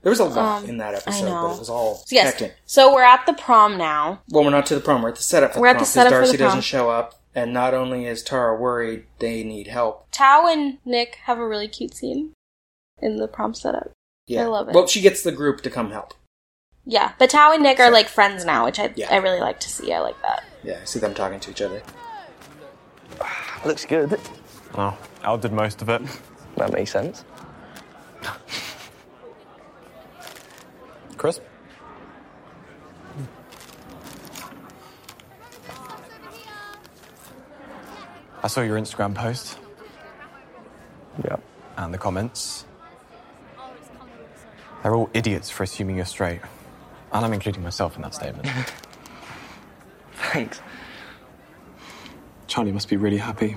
[SPEAKER 9] There was a lot
[SPEAKER 2] Um,
[SPEAKER 9] in that
[SPEAKER 2] I
[SPEAKER 9] episode,
[SPEAKER 2] know.
[SPEAKER 9] but it was all
[SPEAKER 2] So yes.
[SPEAKER 9] hectic.
[SPEAKER 2] So we're at the prom now.
[SPEAKER 9] Well, we're not to the prom. We're at the setup for
[SPEAKER 2] We're
[SPEAKER 9] the
[SPEAKER 2] at
[SPEAKER 9] prom
[SPEAKER 2] the setup for the
[SPEAKER 9] Darcy
[SPEAKER 2] prom.
[SPEAKER 9] doesn't show up, and not only is Tara worried, they need help.
[SPEAKER 2] Tao and Nick have a really cute scene in the prom setup.
[SPEAKER 9] Yeah.
[SPEAKER 2] I love it.
[SPEAKER 9] Well, she gets the group to come help.
[SPEAKER 2] yeah, but Tao and Nick are like friends now, which I
[SPEAKER 9] Yeah.
[SPEAKER 2] I really like to see. I like that.
[SPEAKER 9] Yeah, I see them talking to each other.
[SPEAKER 4] Looks good.
[SPEAKER 3] Oh, Al did most of it.
[SPEAKER 4] That makes sense.
[SPEAKER 3] Crisp? I saw your Instagram post. Yeah. And the comments. They're all idiots for assuming you're straight. And I'm including myself in that statement.
[SPEAKER 4] Thanks.
[SPEAKER 3] Charlie must be really happy.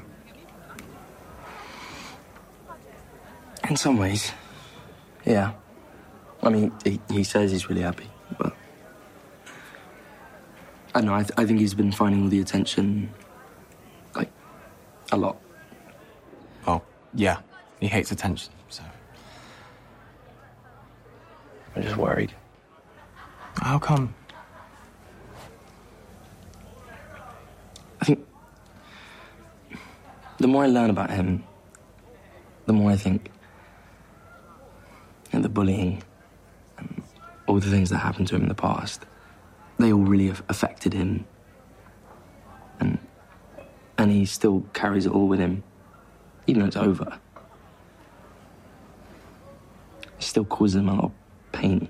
[SPEAKER 4] In some ways, yeah.
[SPEAKER 14] I mean, he, he says he's really happy, but I don't know. I, th- I think he's been finding all the attention, like, a lot.
[SPEAKER 3] Oh, yeah. He hates attention, so.
[SPEAKER 14] I'm just worried.
[SPEAKER 3] How come?
[SPEAKER 14] I think the more I learn about him, the more I think and the bullying and all the things that happened to him in the past, they all really have affected him. And and he still carries it all with him, even though it's over. It still causes him a lot of pain.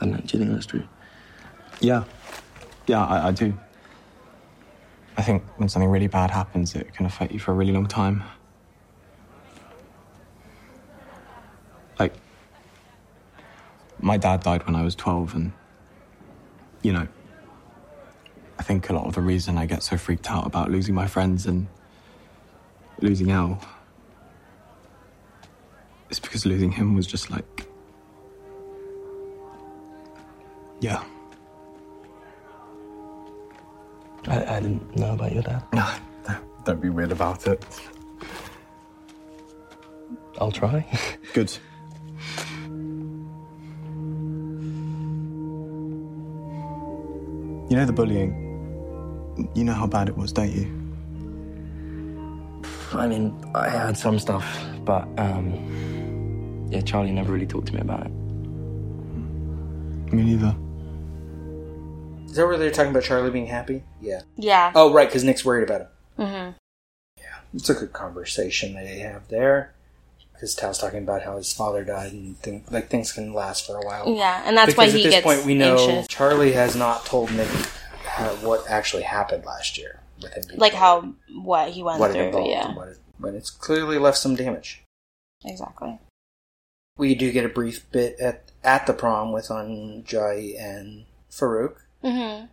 [SPEAKER 14] I don't know, do you think that's true?
[SPEAKER 3] Yeah. Yeah, I, I do. I think when something really bad happens, it can affect you for a really long time. Like, my dad died when I was 12, and, you know, I think a lot of the reason I get so freaked out about losing my friends and losing Al is because losing him was just like. Yeah.
[SPEAKER 14] I, I didn't know about your dad.
[SPEAKER 3] No, don't be weird about it.
[SPEAKER 14] I'll try.
[SPEAKER 3] Good. You know the bullying? You know how bad it was, don't you?
[SPEAKER 14] I mean, I had some stuff, but um, yeah, Charlie never really talked to me about it.
[SPEAKER 3] Me neither.
[SPEAKER 9] Is that where they're talking about Charlie being happy? Yeah.
[SPEAKER 2] Yeah.
[SPEAKER 9] Oh, right, because Nick's worried about him.
[SPEAKER 2] Mm-hmm.
[SPEAKER 9] It's a good conversation they have there. Because Tao's talking about how his father died and thing, like things can last for a while.
[SPEAKER 2] Yeah, and that's why
[SPEAKER 9] because
[SPEAKER 2] he
[SPEAKER 9] at this
[SPEAKER 2] gets
[SPEAKER 9] point we know
[SPEAKER 2] anxious.
[SPEAKER 9] Charlie has not told Nick how, what actually happened last year with him. being
[SPEAKER 2] Like
[SPEAKER 9] bullied.
[SPEAKER 2] how what he went
[SPEAKER 9] what it
[SPEAKER 2] through.
[SPEAKER 9] involved,
[SPEAKER 2] Yeah,
[SPEAKER 9] and what it, but it's clearly left some damage.
[SPEAKER 2] exactly.
[SPEAKER 9] We do get a brief bit at at the prom with Anjay and Farouk
[SPEAKER 2] Mm-hmm.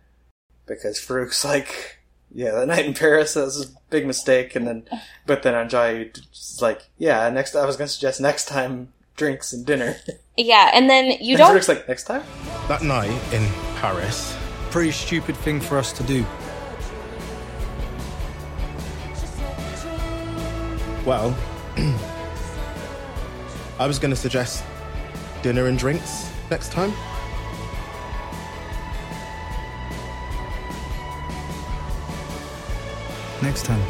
[SPEAKER 9] because Farouk's like, yeah, that night in Paris that was a big mistake, and then but then Anjay is like, yeah, next I was going to suggest next time drinks and dinner.
[SPEAKER 2] Yeah, and then you
[SPEAKER 9] and
[SPEAKER 2] don't.
[SPEAKER 9] Farouk's like next time.
[SPEAKER 17] That night in Paris, pretty stupid thing for us to do. Well, I was going to suggest dinner and drinks next time.
[SPEAKER 18] Next time.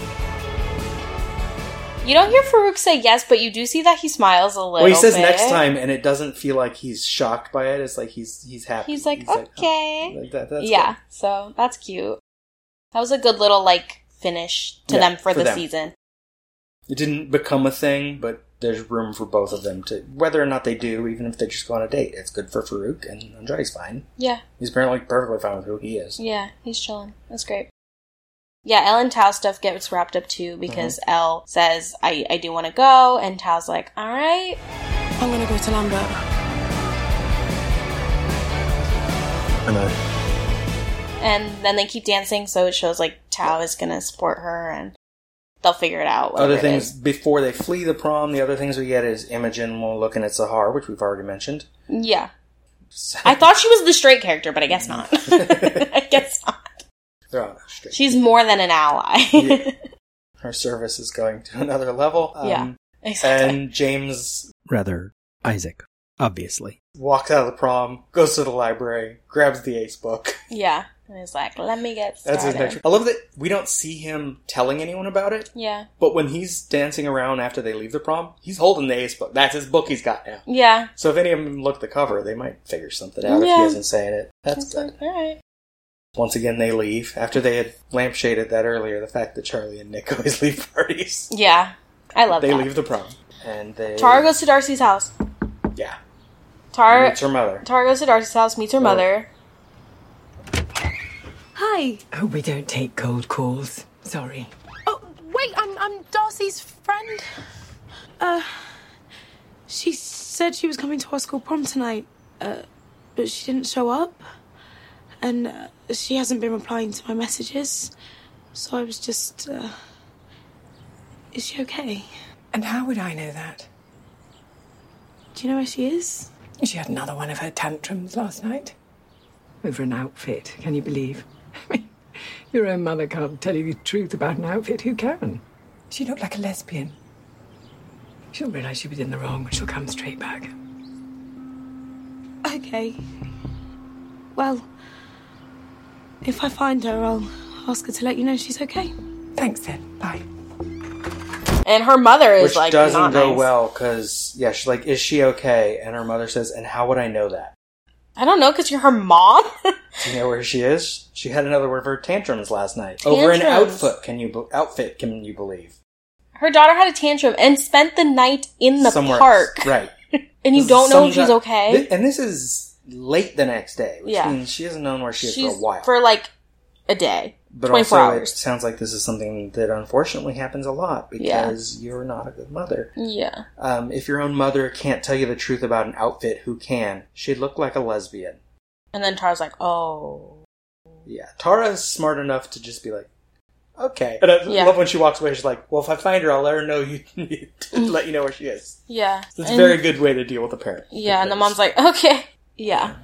[SPEAKER 2] You don't hear Farouk say yes, but you do see that he smiles a little.
[SPEAKER 9] Well, he says
[SPEAKER 2] bit.
[SPEAKER 9] next time, and it doesn't feel like he's shocked by it. It's like he's he's happy.
[SPEAKER 2] He's like,
[SPEAKER 9] oh,
[SPEAKER 2] okay.
[SPEAKER 9] like that- that's
[SPEAKER 2] yeah, so that's cute. That was a good little like finish to
[SPEAKER 9] Yeah,
[SPEAKER 2] them for,
[SPEAKER 9] for
[SPEAKER 2] the
[SPEAKER 9] them.
[SPEAKER 2] season.
[SPEAKER 9] it didn't become a thing, but there's room for both of them to whether or not they do, even if they just go on a date. It's good for Farouk, and Andre's fine.
[SPEAKER 2] Yeah,
[SPEAKER 9] He's apparently perfectly fine with who he is.
[SPEAKER 2] yeah, he's chilling. That's great. Yeah, Elle and Tao stuff gets wrapped up too because
[SPEAKER 9] Mm-hmm.
[SPEAKER 2] Elle says, "I I do want to go," and Tao's like, "All right."
[SPEAKER 19] I'm gonna go to Lambert.
[SPEAKER 17] I know.
[SPEAKER 2] And then they keep dancing, so it shows like Tao is gonna support her, and they'll figure it out. whatever
[SPEAKER 9] Other
[SPEAKER 2] it
[SPEAKER 9] things
[SPEAKER 2] is.
[SPEAKER 9] before they flee the prom, the other things we get is Imogen will looking at Sahar, which we've already mentioned.
[SPEAKER 2] yeah. I thought she was the straight character, but I guess not. I guess not.
[SPEAKER 9] They're on a straight.
[SPEAKER 2] She's more than an ally.
[SPEAKER 9] Yeah. Her service is going to another level. Um,
[SPEAKER 2] Yeah, exactly.
[SPEAKER 9] And James
[SPEAKER 20] Rather, Isaac, obviously.
[SPEAKER 9] walks out of the prom, goes to the library, grabs the ace book.
[SPEAKER 2] Yeah. And it's like, let me get started.
[SPEAKER 9] That's his next. I love that we don't see him telling anyone about it,
[SPEAKER 2] Yeah.
[SPEAKER 9] but when he's dancing around after they leave the prom, he's holding the ace book. That's his book he's got now.
[SPEAKER 2] Yeah.
[SPEAKER 9] So if any of them look at the cover, they might figure something out if
[SPEAKER 2] Yeah.
[SPEAKER 9] he isn't saying it. That's
[SPEAKER 2] It's
[SPEAKER 9] good.
[SPEAKER 2] like, all right.
[SPEAKER 9] Once again, they leave after they had lampshaded that earlier. The fact that Charlie and Nick always leave parties.
[SPEAKER 2] Yeah. I love
[SPEAKER 9] they
[SPEAKER 2] that.
[SPEAKER 9] leave the prom, and they
[SPEAKER 2] Tara goes to Darcy's house.
[SPEAKER 9] yeah
[SPEAKER 2] Tara
[SPEAKER 9] meets her mother.
[SPEAKER 2] Tara goes to Darcy's house, meets her mother.
[SPEAKER 6] Hi.
[SPEAKER 21] Oh, we don't take cold calls. Sorry.
[SPEAKER 6] Oh, Wait, I'm I'm Darcy's friend. Uh, she said she was coming to our school prom tonight, uh, but she didn't show up, and uh, she hasn't been replying to my messages. So I was just, uh, is she okay?
[SPEAKER 21] And how would I know that?
[SPEAKER 6] Do you know where she is?
[SPEAKER 21] She had another one of her tantrums last night. Over an outfit, can you believe? I mean, your own mother can't tell you the truth about an outfit. Who can? She looked like a lesbian. She'll realize she was in the wrong and she'll come straight back.
[SPEAKER 6] Okay. Well, if I find her, I'll ask her to let you know she's okay.
[SPEAKER 21] Thanks, then. Bye.
[SPEAKER 2] And her mother is
[SPEAKER 9] Which
[SPEAKER 2] like,
[SPEAKER 9] doesn't
[SPEAKER 2] not
[SPEAKER 9] go
[SPEAKER 2] nice.
[SPEAKER 9] well because yeah, she's like, "Is she okay?" And her mother says, "And how would I know that?
[SPEAKER 2] I don't know because you're her mom.
[SPEAKER 9] Do you know where she is? She had another one of her tantrums last night over an
[SPEAKER 2] Tantrums.
[SPEAKER 9] outfit. Can you be- outfit? Can you believe
[SPEAKER 2] her daughter had a tantrum and spent the night in the
[SPEAKER 9] somewhere
[SPEAKER 2] park,
[SPEAKER 9] else. right?
[SPEAKER 2] and you
[SPEAKER 9] This
[SPEAKER 2] don't
[SPEAKER 9] is
[SPEAKER 2] know
[SPEAKER 9] some
[SPEAKER 2] if
[SPEAKER 9] guy-
[SPEAKER 2] she's okay.
[SPEAKER 9] Thi- and this is late the next day, which
[SPEAKER 2] Yeah.
[SPEAKER 9] means she hasn't known where she is
[SPEAKER 2] she's
[SPEAKER 9] for a while.
[SPEAKER 2] for like a day,
[SPEAKER 9] but
[SPEAKER 2] twenty
[SPEAKER 9] also,
[SPEAKER 2] four hours.
[SPEAKER 9] it sounds like this is something that unfortunately happens a lot
[SPEAKER 2] Yeah.
[SPEAKER 9] because you're not a good mother.
[SPEAKER 2] Yeah.
[SPEAKER 9] Um, if your own mother can't tell you the truth about an outfit, who can? She looked like a lesbian.
[SPEAKER 2] And then Tara's like, "Oh,
[SPEAKER 9] Yeah, Tara's smart enough to just be like, okay. And I
[SPEAKER 2] Yeah.
[SPEAKER 9] love when she walks away. She's like, well, if I find her, I'll let her know you to let you know where she is.
[SPEAKER 2] yeah."
[SPEAKER 9] It's a
[SPEAKER 2] Mm. And-
[SPEAKER 9] very good way to deal with a parent.
[SPEAKER 2] Yeah, and the mom's like, "Okay, yeah,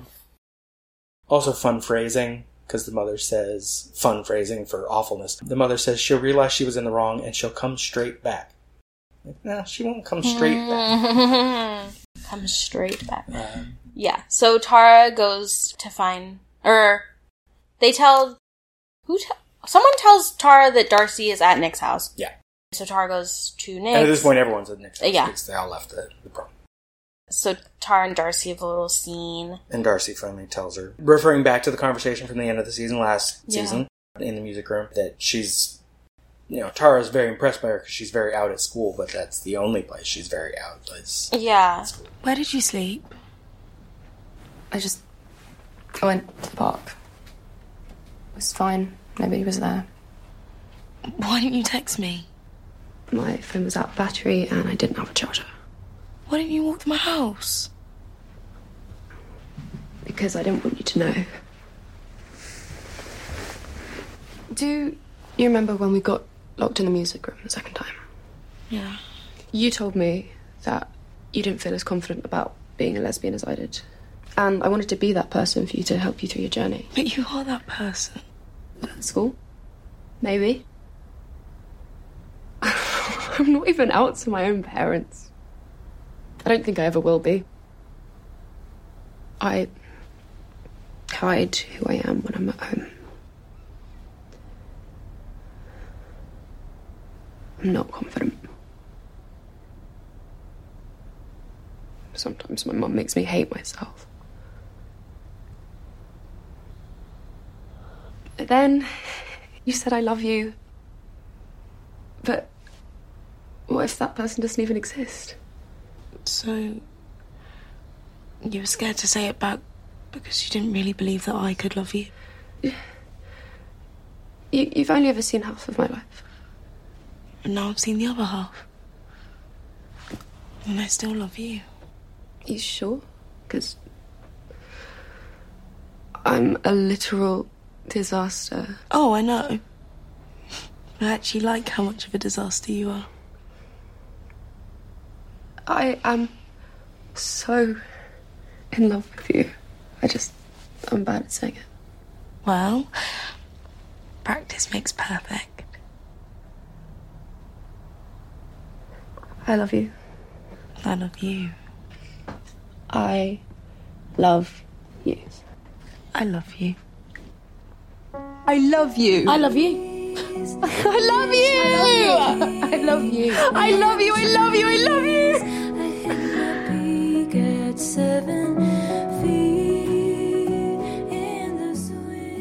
[SPEAKER 9] Also, fun phrasing because the mother says fun phrasing for awfulness. The mother says she'll realize she was in the wrong and she'll come straight back. Like, no, she won't come straight back.
[SPEAKER 2] back. Come straight back."
[SPEAKER 9] Um,
[SPEAKER 2] Yeah. So Tara goes to find, or they tell who? T- someone tells Tara that Darcy is at Nick's house.
[SPEAKER 9] Yeah.
[SPEAKER 2] So Tara goes to Nick.
[SPEAKER 9] and at this point, everyone's at Nick's. house
[SPEAKER 2] Yeah.
[SPEAKER 9] because they all left the, the prom.
[SPEAKER 2] So Tara and Darcy have a little scene.
[SPEAKER 9] And Darcy finally tells her, referring back to the conversation from the end of the season, last
[SPEAKER 2] Yeah.
[SPEAKER 9] season, in the music room, that she's, you know, Tara's very impressed by her because she's very out at school, but that's the only place she's very out. Is
[SPEAKER 2] Yeah.
[SPEAKER 6] Where did you sleep?
[SPEAKER 5] I just. I went to the park. It was fine. Nobody was there.
[SPEAKER 6] Why didn't you text me?
[SPEAKER 5] My phone was out of battery and I didn't have a charger.
[SPEAKER 6] Why didn't you walk to my house?
[SPEAKER 5] Because I didn't want you to know. Do you remember when we got locked in the music room the second time?
[SPEAKER 6] Yeah.
[SPEAKER 5] You told me that you didn't feel as confident about being a lesbian as I did. And I wanted to be that person for you to help you through your journey.
[SPEAKER 6] But you are that person.
[SPEAKER 5] At school? Maybe. I'm not even out to my own parents. I don't think I ever will be. I hide who I am when I'm at home. I'm not confident. Sometimes my mum makes me hate myself. But then you said I love you. But what if that person doesn't even exist?
[SPEAKER 6] So. You were scared to say it back because you didn't really believe that I could love you.
[SPEAKER 5] You, you've only ever seen half of my life.
[SPEAKER 6] And now I've seen the other half. And I still love you.
[SPEAKER 5] You sure? Because I'm a literal disaster.
[SPEAKER 6] Oh, I know. I actually like how much of a disaster you are.
[SPEAKER 5] I am so in love with you. I just, I'm bad at saying it.
[SPEAKER 6] Well, practice makes perfect.
[SPEAKER 5] I love you.
[SPEAKER 6] I love you.
[SPEAKER 5] I love you.
[SPEAKER 6] I love you.
[SPEAKER 5] I love you.
[SPEAKER 6] I love you.
[SPEAKER 5] I love you. I love you. I love you. I love you. I love you.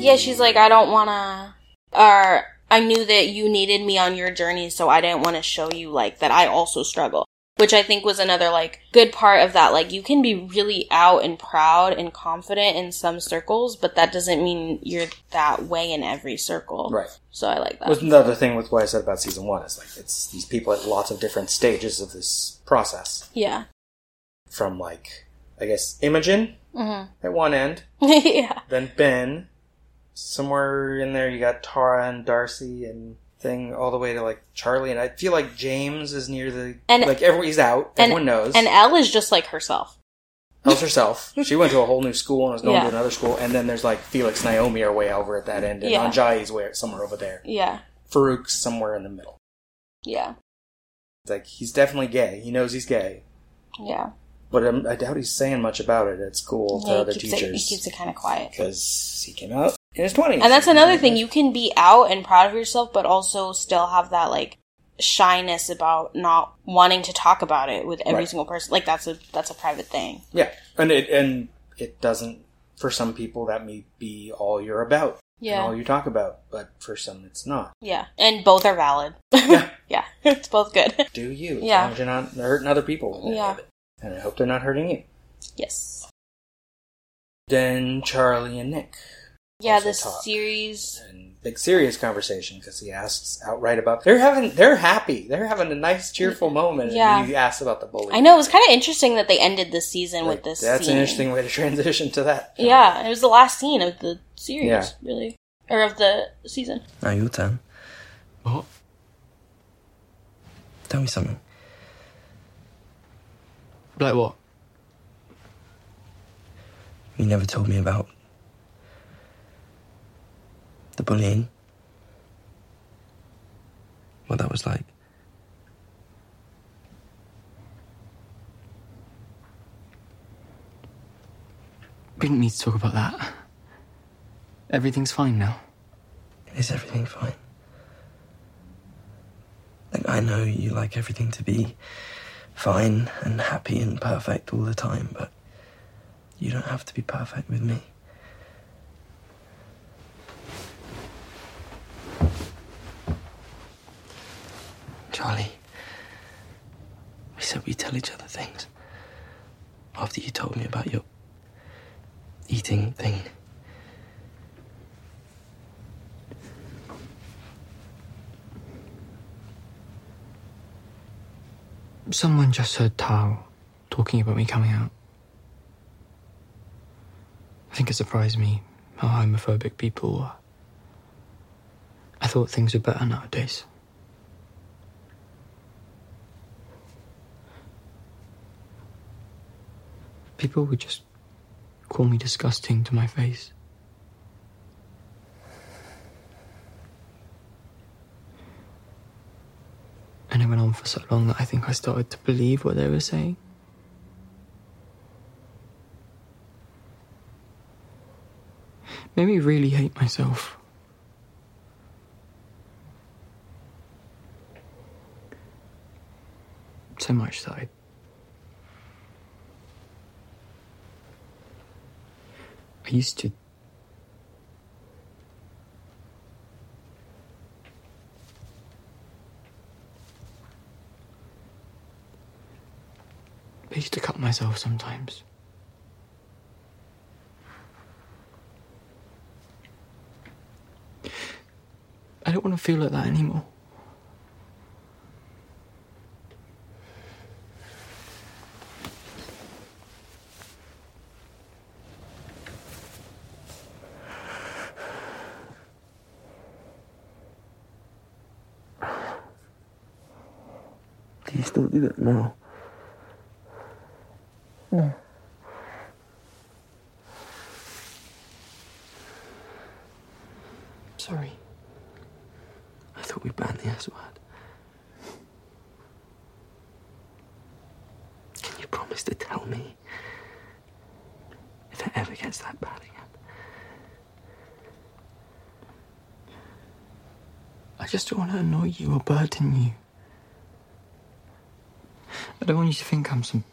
[SPEAKER 2] Yeah, she's like, I don't wanna, or I knew that you needed me on your journey, so I didn't want to show you like that I also struggle. Which I think was another like good part of that. Like you can be really out and proud and confident in some circles, but that doesn't mean you're that way in every circle.
[SPEAKER 9] Right.
[SPEAKER 2] So I like that.
[SPEAKER 9] was another thing with what I said about season one. Is like it's these people at lots of different stages of this process,
[SPEAKER 2] yeah.
[SPEAKER 9] from like I guess Imogen
[SPEAKER 2] Mm-hmm.
[SPEAKER 9] at one end,
[SPEAKER 2] yeah.
[SPEAKER 9] then Ben. Somewhere in there, you got Tara and Darcy and thing all the way to like Charlie, and I feel like James is near the
[SPEAKER 2] And-
[SPEAKER 9] like everyone he's out.
[SPEAKER 2] And-
[SPEAKER 9] everyone knows,
[SPEAKER 2] And Elle is just like herself.
[SPEAKER 9] Hells herself. she went to a whole new school and was going
[SPEAKER 2] Yeah.
[SPEAKER 9] to another school. And then there's like Felix Naomi are way over at that end, and
[SPEAKER 2] Yeah.
[SPEAKER 9] Anjai's way somewhere over there.
[SPEAKER 2] Yeah.
[SPEAKER 9] Farouk's somewhere in the middle.
[SPEAKER 2] Yeah.
[SPEAKER 9] It's like he's definitely gay. He knows he's gay,
[SPEAKER 2] Yeah.
[SPEAKER 9] but um, I doubt he's saying much about it at school to
[SPEAKER 2] Yeah,
[SPEAKER 9] other
[SPEAKER 2] he, keeps it, he
[SPEAKER 9] teachers
[SPEAKER 2] keeps it kind of quiet.
[SPEAKER 9] because he came out in his twenties.
[SPEAKER 2] And that's another thing. You can be out and proud of yourself, but also still have that like shyness about not wanting to talk about it with every
[SPEAKER 9] Right.
[SPEAKER 2] single person. Like that's a that's a private thing.
[SPEAKER 9] Yeah, and it and it doesn't for some people that may be all you're about.
[SPEAKER 2] Yeah.
[SPEAKER 9] and all you talk about, but for some it's not.
[SPEAKER 2] Yeah, and both are valid. Yeah, yeah, it's both good.
[SPEAKER 9] Do you? As
[SPEAKER 2] Yeah.
[SPEAKER 9] long as you're not hurting other people,
[SPEAKER 2] Yeah.
[SPEAKER 9] and I hope they're not hurting you.
[SPEAKER 2] Yes.
[SPEAKER 9] Then Charlie and Nick,
[SPEAKER 2] Yeah,
[SPEAKER 9] Also
[SPEAKER 2] this
[SPEAKER 9] talk.
[SPEAKER 2] series.
[SPEAKER 9] big serious conversation because he asks outright about they're having they're happy they're having a nice cheerful moment.
[SPEAKER 2] Mm, Yeah.
[SPEAKER 9] and he asks about the bully.
[SPEAKER 2] I know it was kind of interesting that they ended this season with this.
[SPEAKER 9] That's
[SPEAKER 2] scene.
[SPEAKER 9] an interesting way to transition to that.
[SPEAKER 2] Yeah, it was the last scene of the series,
[SPEAKER 9] Yeah.
[SPEAKER 2] really, or of the season.
[SPEAKER 4] Now your turn.
[SPEAKER 22] What?
[SPEAKER 4] Tell me something.
[SPEAKER 23] Like what?
[SPEAKER 4] You never told me about the bullying. What that was like.
[SPEAKER 7] We didn't need to talk about that. Everything's fine now.
[SPEAKER 4] Is everything fine? Like, I know you like everything to be fine and happy and perfect all the time, but you don't have to be perfect with me. Charlie, we said we tell each other things. After you told me about your eating thing.
[SPEAKER 7] Someone just heard Tao talking about me coming out. I think it surprised me how homophobic people were. I thought things were better nowadays. People would just call me disgusting to my face. And it went on for so long that I think I started to believe what they were saying. Made me really hate myself. So much that I. I used to. I used to cut myself sometimes. I don't want to feel like that anymore.
[SPEAKER 4] Do you still do that now?
[SPEAKER 24] No.
[SPEAKER 7] Sorry.
[SPEAKER 4] I thought we banned the S word. Can you promise to tell me if it ever gets that bad again?
[SPEAKER 7] I just don't want to annoy you or burden you. I don't want you to think I'm some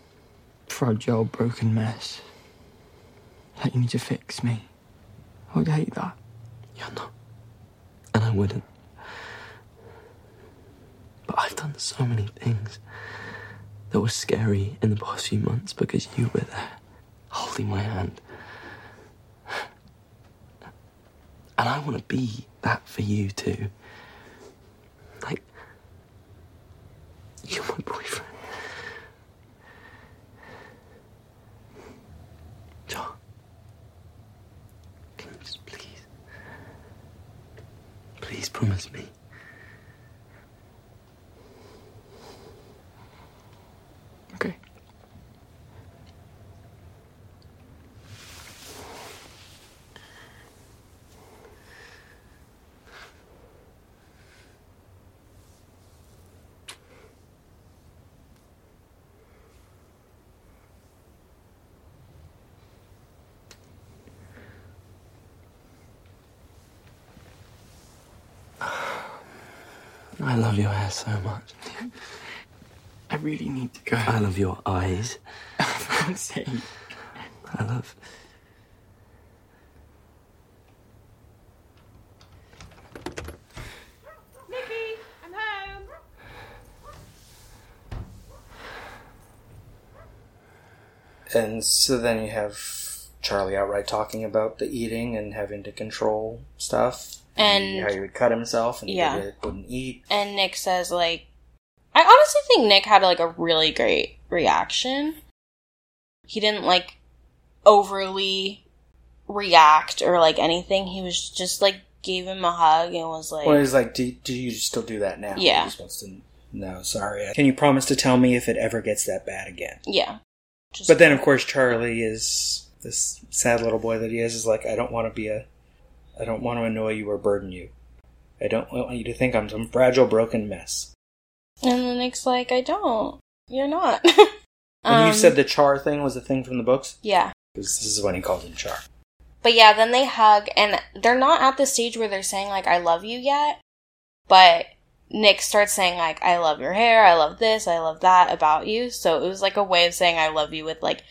[SPEAKER 7] fragile, broken mess. Like you need to fix me. I would hate that.
[SPEAKER 4] You're not. And I wouldn't. But I've done so many things that were scary in the past few months because you were there, holding my hand. And I want to be that for you too. Like, you're my boyfriend. John, can you just please? Please promise me.
[SPEAKER 7] Okay.
[SPEAKER 14] I love your hair so much. I really need to go. I love your eyes.
[SPEAKER 25] For God's sake.
[SPEAKER 14] I love.
[SPEAKER 6] Nicky, I'm home.
[SPEAKER 9] And so then you have Charlie outright talking about the eating and having to control stuff.
[SPEAKER 2] And-
[SPEAKER 9] how he would cut himself and
[SPEAKER 2] Yeah.
[SPEAKER 9] he would- wouldn't eat.
[SPEAKER 2] And Nick says, like, I honestly think Nick had, like, a really great reaction. He didn't, like, overly react or, like, anything. He was just, like, gave him a hug and was like,
[SPEAKER 9] Well, he's like, do, do you still do that now?
[SPEAKER 2] Yeah.
[SPEAKER 9] He just wants to know, sorry. Can you promise to tell me if it ever gets that bad again?
[SPEAKER 2] yeah.
[SPEAKER 9] but then, of course, Charlie is this sad little boy that he is. Is like, I don't want to be a, I don't want to annoy you or burden you. I don't want you to think I'm some fragile, broken mess.
[SPEAKER 2] And then Nick's like, I don't. You're not.
[SPEAKER 9] And
[SPEAKER 2] Um,
[SPEAKER 9] you said the Char thing was a thing from the books.
[SPEAKER 2] Yeah.
[SPEAKER 9] 'Cause this is when he called him Char.
[SPEAKER 2] But yeah, then they hug, and they're not at the stage where they're saying, like, I love you yet. But Nick starts saying, like, I love your hair, I love this, I love that about you. So it was like a way of saying, I love you with, like,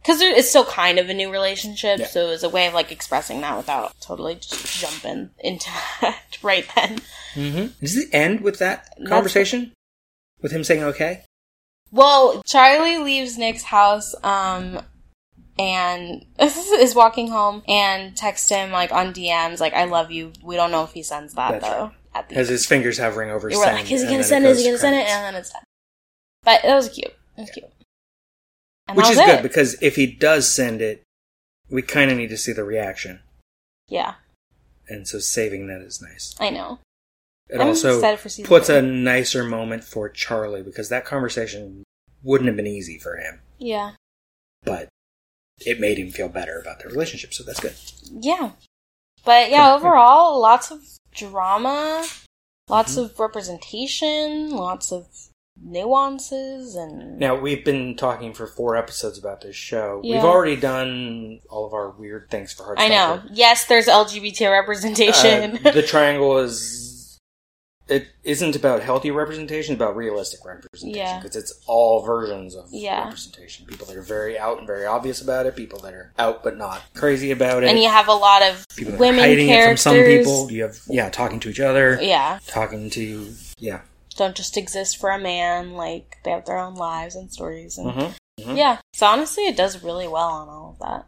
[SPEAKER 2] because it's still kind of a new relationship.
[SPEAKER 26] Yeah.
[SPEAKER 2] So it was a way of, like, expressing that without totally just jumping into that right then.
[SPEAKER 9] Mm-hmm. Does it end with that
[SPEAKER 2] That's-
[SPEAKER 9] conversation? with him saying okay?
[SPEAKER 2] Well, Charlie leaves Nick's house, um, and is walking home and texts him like on DMs, like "I love you." We don't know if he sends that
[SPEAKER 9] That's
[SPEAKER 2] though.
[SPEAKER 9] right.
[SPEAKER 2] At the
[SPEAKER 9] Has his fingers hovering over
[SPEAKER 2] we're
[SPEAKER 9] send,
[SPEAKER 2] like, is he
[SPEAKER 9] and
[SPEAKER 2] gonna
[SPEAKER 9] then
[SPEAKER 2] send it? Is
[SPEAKER 9] goes
[SPEAKER 2] he gonna send it?
[SPEAKER 9] credits.
[SPEAKER 2] And then it's done. But it was cute. It was cute. And
[SPEAKER 9] Which
[SPEAKER 2] that
[SPEAKER 9] is
[SPEAKER 2] was
[SPEAKER 9] good
[SPEAKER 2] it.
[SPEAKER 9] because if he does send it, we kind of need to see the reaction,
[SPEAKER 2] Yeah,
[SPEAKER 9] and so saving that is nice.
[SPEAKER 2] I know.
[SPEAKER 9] It
[SPEAKER 2] I'm
[SPEAKER 9] also
[SPEAKER 2] excited for season
[SPEAKER 9] puts
[SPEAKER 2] three.
[SPEAKER 9] a nicer moment for Charlie because that conversation wouldn't have been easy for him,
[SPEAKER 2] Yeah,
[SPEAKER 9] but it made him feel better about their relationship, so that's good.
[SPEAKER 2] yeah. But yeah, overall, lots of drama, lots
[SPEAKER 9] Mm-hmm.
[SPEAKER 2] of representation, lots of nuances, and
[SPEAKER 9] Now we've been talking for four episodes about this show.
[SPEAKER 2] Yeah.
[SPEAKER 9] We've already done all of our weird things for hard.
[SPEAKER 2] I know. Yes, there's LGBT representation.
[SPEAKER 9] Uh, the triangle is it isn't about healthy representation, it's about realistic representation
[SPEAKER 2] Yeah.
[SPEAKER 9] because it's all versions of
[SPEAKER 2] Yeah.
[SPEAKER 9] representation. People that are very out and very obvious about it, people that are out but not crazy about it,
[SPEAKER 2] and you have a lot of
[SPEAKER 9] people that
[SPEAKER 2] women
[SPEAKER 9] are hiding
[SPEAKER 2] characters.
[SPEAKER 9] it from some people. You have yeah, talking to each other,
[SPEAKER 2] Yeah.
[SPEAKER 9] talking to yeah,
[SPEAKER 2] Don't just exist for a man. Like they have their own lives and stories. And
[SPEAKER 9] Mhm, mhm.
[SPEAKER 2] yeah, so honestly, it does really well on all of that.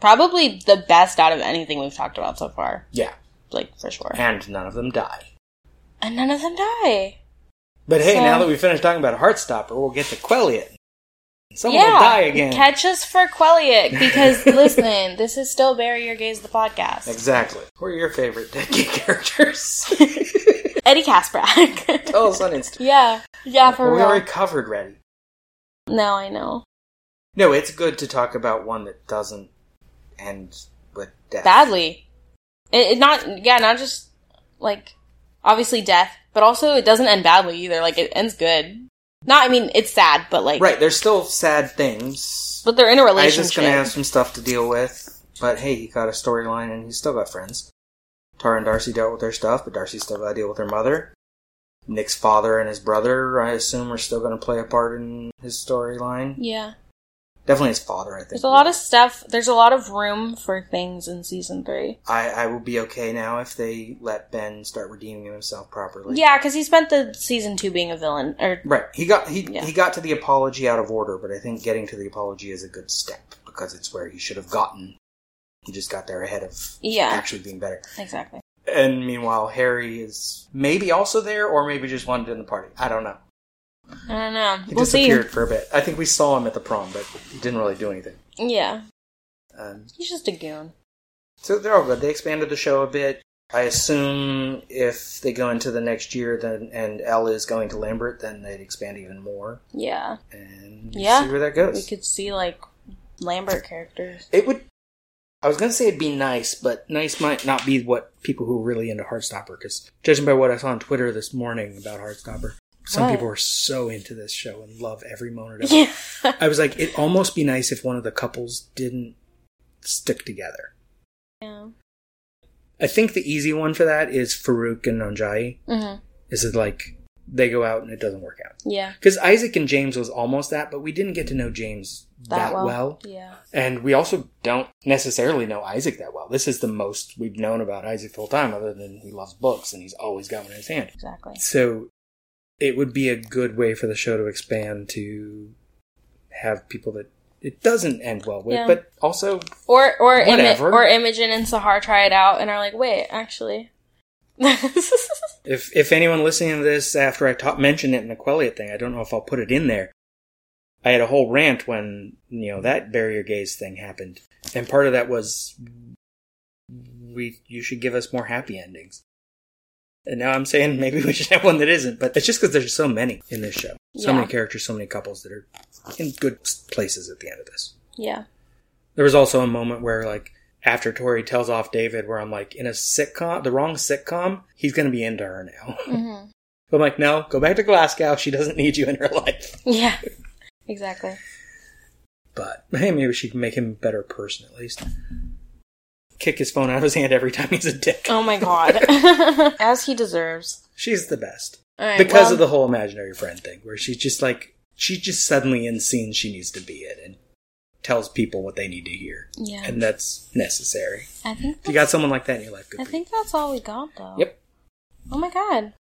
[SPEAKER 2] Probably the best out of anything we've talked about so far.
[SPEAKER 9] yeah,
[SPEAKER 2] like for sure.
[SPEAKER 9] And none of them die.
[SPEAKER 2] And none of them die.
[SPEAKER 9] But hey,
[SPEAKER 2] So-
[SPEAKER 9] now that we finished talking about Heartstopper, we'll get to Quelliot. Someone
[SPEAKER 2] yeah,
[SPEAKER 9] will die again.
[SPEAKER 2] Catch us for Quelliot because listen, this is still bury your gaze the podcast.
[SPEAKER 9] Exactly. Who are your favorite Decky characters?
[SPEAKER 2] Eddie Kasprak.
[SPEAKER 9] Tell us Oh, on Instagram.
[SPEAKER 2] yeah, yeah, for
[SPEAKER 9] we
[SPEAKER 2] real.
[SPEAKER 9] already covered Ready.
[SPEAKER 2] No, I know.
[SPEAKER 9] No, it's good to talk about one that doesn't end with death.
[SPEAKER 2] badly. It, it not yeah, not just like obviously death, but also it doesn't end badly either. Like it ends good. Not, I mean, it's sad, but like
[SPEAKER 9] right, there's still sad things.
[SPEAKER 2] But they're in a
[SPEAKER 9] Isaac's gonna
[SPEAKER 2] relationship.
[SPEAKER 9] have some stuff to deal with, but hey, he got a storyline and he's still got friends. Tara and Darcy dealt with their stuff, but Darcy's still gotta deal with her mother. Nick's father and his brother, I assume, are still gonna play a part in his storyline.
[SPEAKER 2] yeah.
[SPEAKER 9] Definitely his father, I think.
[SPEAKER 2] There's a lot of stuff. There's a lot of room for things in season three.
[SPEAKER 9] I, I will be okay now if they let Ben start redeeming himself properly.
[SPEAKER 2] Yeah, because he spent the season two being a villain, or
[SPEAKER 9] Right. He got he he got to the apology out of order, but I think getting to the apology is a good step because it's where he should have gotten. He just got there ahead of
[SPEAKER 2] Yeah.
[SPEAKER 9] actually being better.
[SPEAKER 2] exactly.
[SPEAKER 9] And meanwhile, Harry is maybe also there, or maybe just wanted in the party. I don't know.
[SPEAKER 2] I don't know.
[SPEAKER 9] He
[SPEAKER 2] we'll see.
[SPEAKER 9] disappeared for a bit. I think we saw him at the prom, but he didn't really do anything.
[SPEAKER 2] Yeah,
[SPEAKER 9] Um,
[SPEAKER 2] he's just a goon.
[SPEAKER 9] so they're all good. They expanded the show a bit. I assume if they go into the next year, then and Elle is going to Lambert, then they'd expand even more.
[SPEAKER 2] Yeah,
[SPEAKER 9] And
[SPEAKER 2] yeah.
[SPEAKER 9] see where that goes.
[SPEAKER 2] We could see like Lambert characters.
[SPEAKER 9] It would. I was gonna say it'd be nice, but nice might not be what people who are really into Heartstopper. Because judging by what I saw on Twitter this morning about Heartstopper, some
[SPEAKER 27] What?
[SPEAKER 9] people are so into this show and love every moment of it. I was like, it'd almost be nice if one of the couples didn't stick together.
[SPEAKER 2] Yeah.
[SPEAKER 9] I think the easy one for that is Farouk and Anjayi
[SPEAKER 2] Mm-hmm.
[SPEAKER 9] Is it like they go out and it doesn't work out?
[SPEAKER 2] Yeah.
[SPEAKER 9] Because Isaac and James was almost that, but we didn't get to know James that, well.
[SPEAKER 2] Yeah.
[SPEAKER 9] And we also don't necessarily know Isaac that well. This is the most we've known about Isaac the whole time, other than he loves books and he's always got one in his hand.
[SPEAKER 2] Exactly.
[SPEAKER 9] So it would be a good way for the show to expand to have people that it doesn't end well with,
[SPEAKER 2] Yeah.
[SPEAKER 9] but also
[SPEAKER 2] Or or Imi-
[SPEAKER 9] Whatever.
[SPEAKER 2] or Imogen and Sahar try it out and are like, wait, actually,
[SPEAKER 9] If if anyone listening to this after I ta- mentioned it in the Quelliot thing, I don't know if I'll put it in there. I had a whole rant when you know that barrier gaze thing happened, and part of that was we you should give us more happy endings. And now I'm saying maybe we should have one that isn't, but it's just because there's so many in this show, so
[SPEAKER 2] Yeah.
[SPEAKER 9] many characters, so many couples that are in good places at the end of this.
[SPEAKER 2] yeah,
[SPEAKER 9] There was also a moment where, like, after Tori tells off David, where I'm like, in a sitcom, the wrong sitcom, he's going to be into her now.
[SPEAKER 2] Mhm.
[SPEAKER 9] But I'm like, no, go back to Glasgow. She doesn't need you in her life.
[SPEAKER 2] yeah, exactly.
[SPEAKER 9] But hey, maybe she can make him a better person at least. Kick his phone out of his hand every time he's a dick.
[SPEAKER 2] Oh my god, as he deserves.
[SPEAKER 9] She's the best.
[SPEAKER 2] All right,
[SPEAKER 9] because
[SPEAKER 2] well-
[SPEAKER 9] of the whole imaginary friend thing, where she's just like, she's just suddenly in scenes she needs to be in and tells people what they need to hear.
[SPEAKER 2] Yeah.
[SPEAKER 9] And that's necessary.
[SPEAKER 2] I think
[SPEAKER 9] If you got someone like that in your life, good.
[SPEAKER 2] I think that's all we got though.
[SPEAKER 9] Yep.
[SPEAKER 2] Oh my god.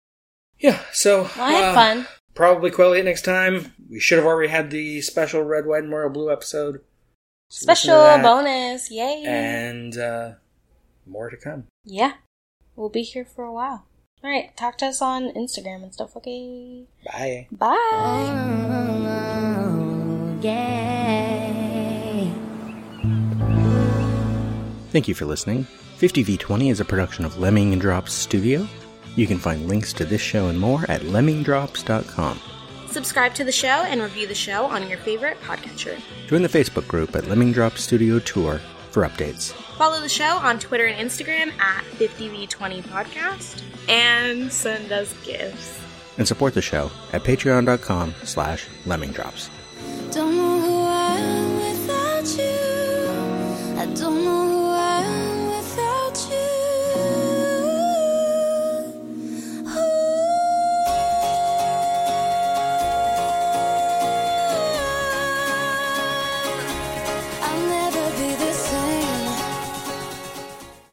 [SPEAKER 9] Yeah, so.
[SPEAKER 2] Well, I had
[SPEAKER 9] uh,
[SPEAKER 2] fun.
[SPEAKER 9] Probably Quelliot next time. We should have already had the special Red, White, and Royal Blue episode. So listen to
[SPEAKER 2] Special
[SPEAKER 9] that.
[SPEAKER 2] bonus, yay!
[SPEAKER 9] And uh, more to come.
[SPEAKER 2] yeah, we'll be here for a while. All right, talk to us on Instagram and stuff. Okay,
[SPEAKER 9] Bye.
[SPEAKER 2] bye.
[SPEAKER 20] Thank you for listening. 50v20 is a production of Lemming and Drops Studio. You can find links to this show and more at lemmingdrops.com.
[SPEAKER 2] Subscribe to the show and review the show on your favorite podcatcher.
[SPEAKER 20] Join the Facebook group at Lemming Drops Studio Tour for updates.
[SPEAKER 2] Follow the show on Twitter and Instagram at 50v20 podcast and send us gifts.
[SPEAKER 20] And support the show at patreon.com slash lemmingdrops.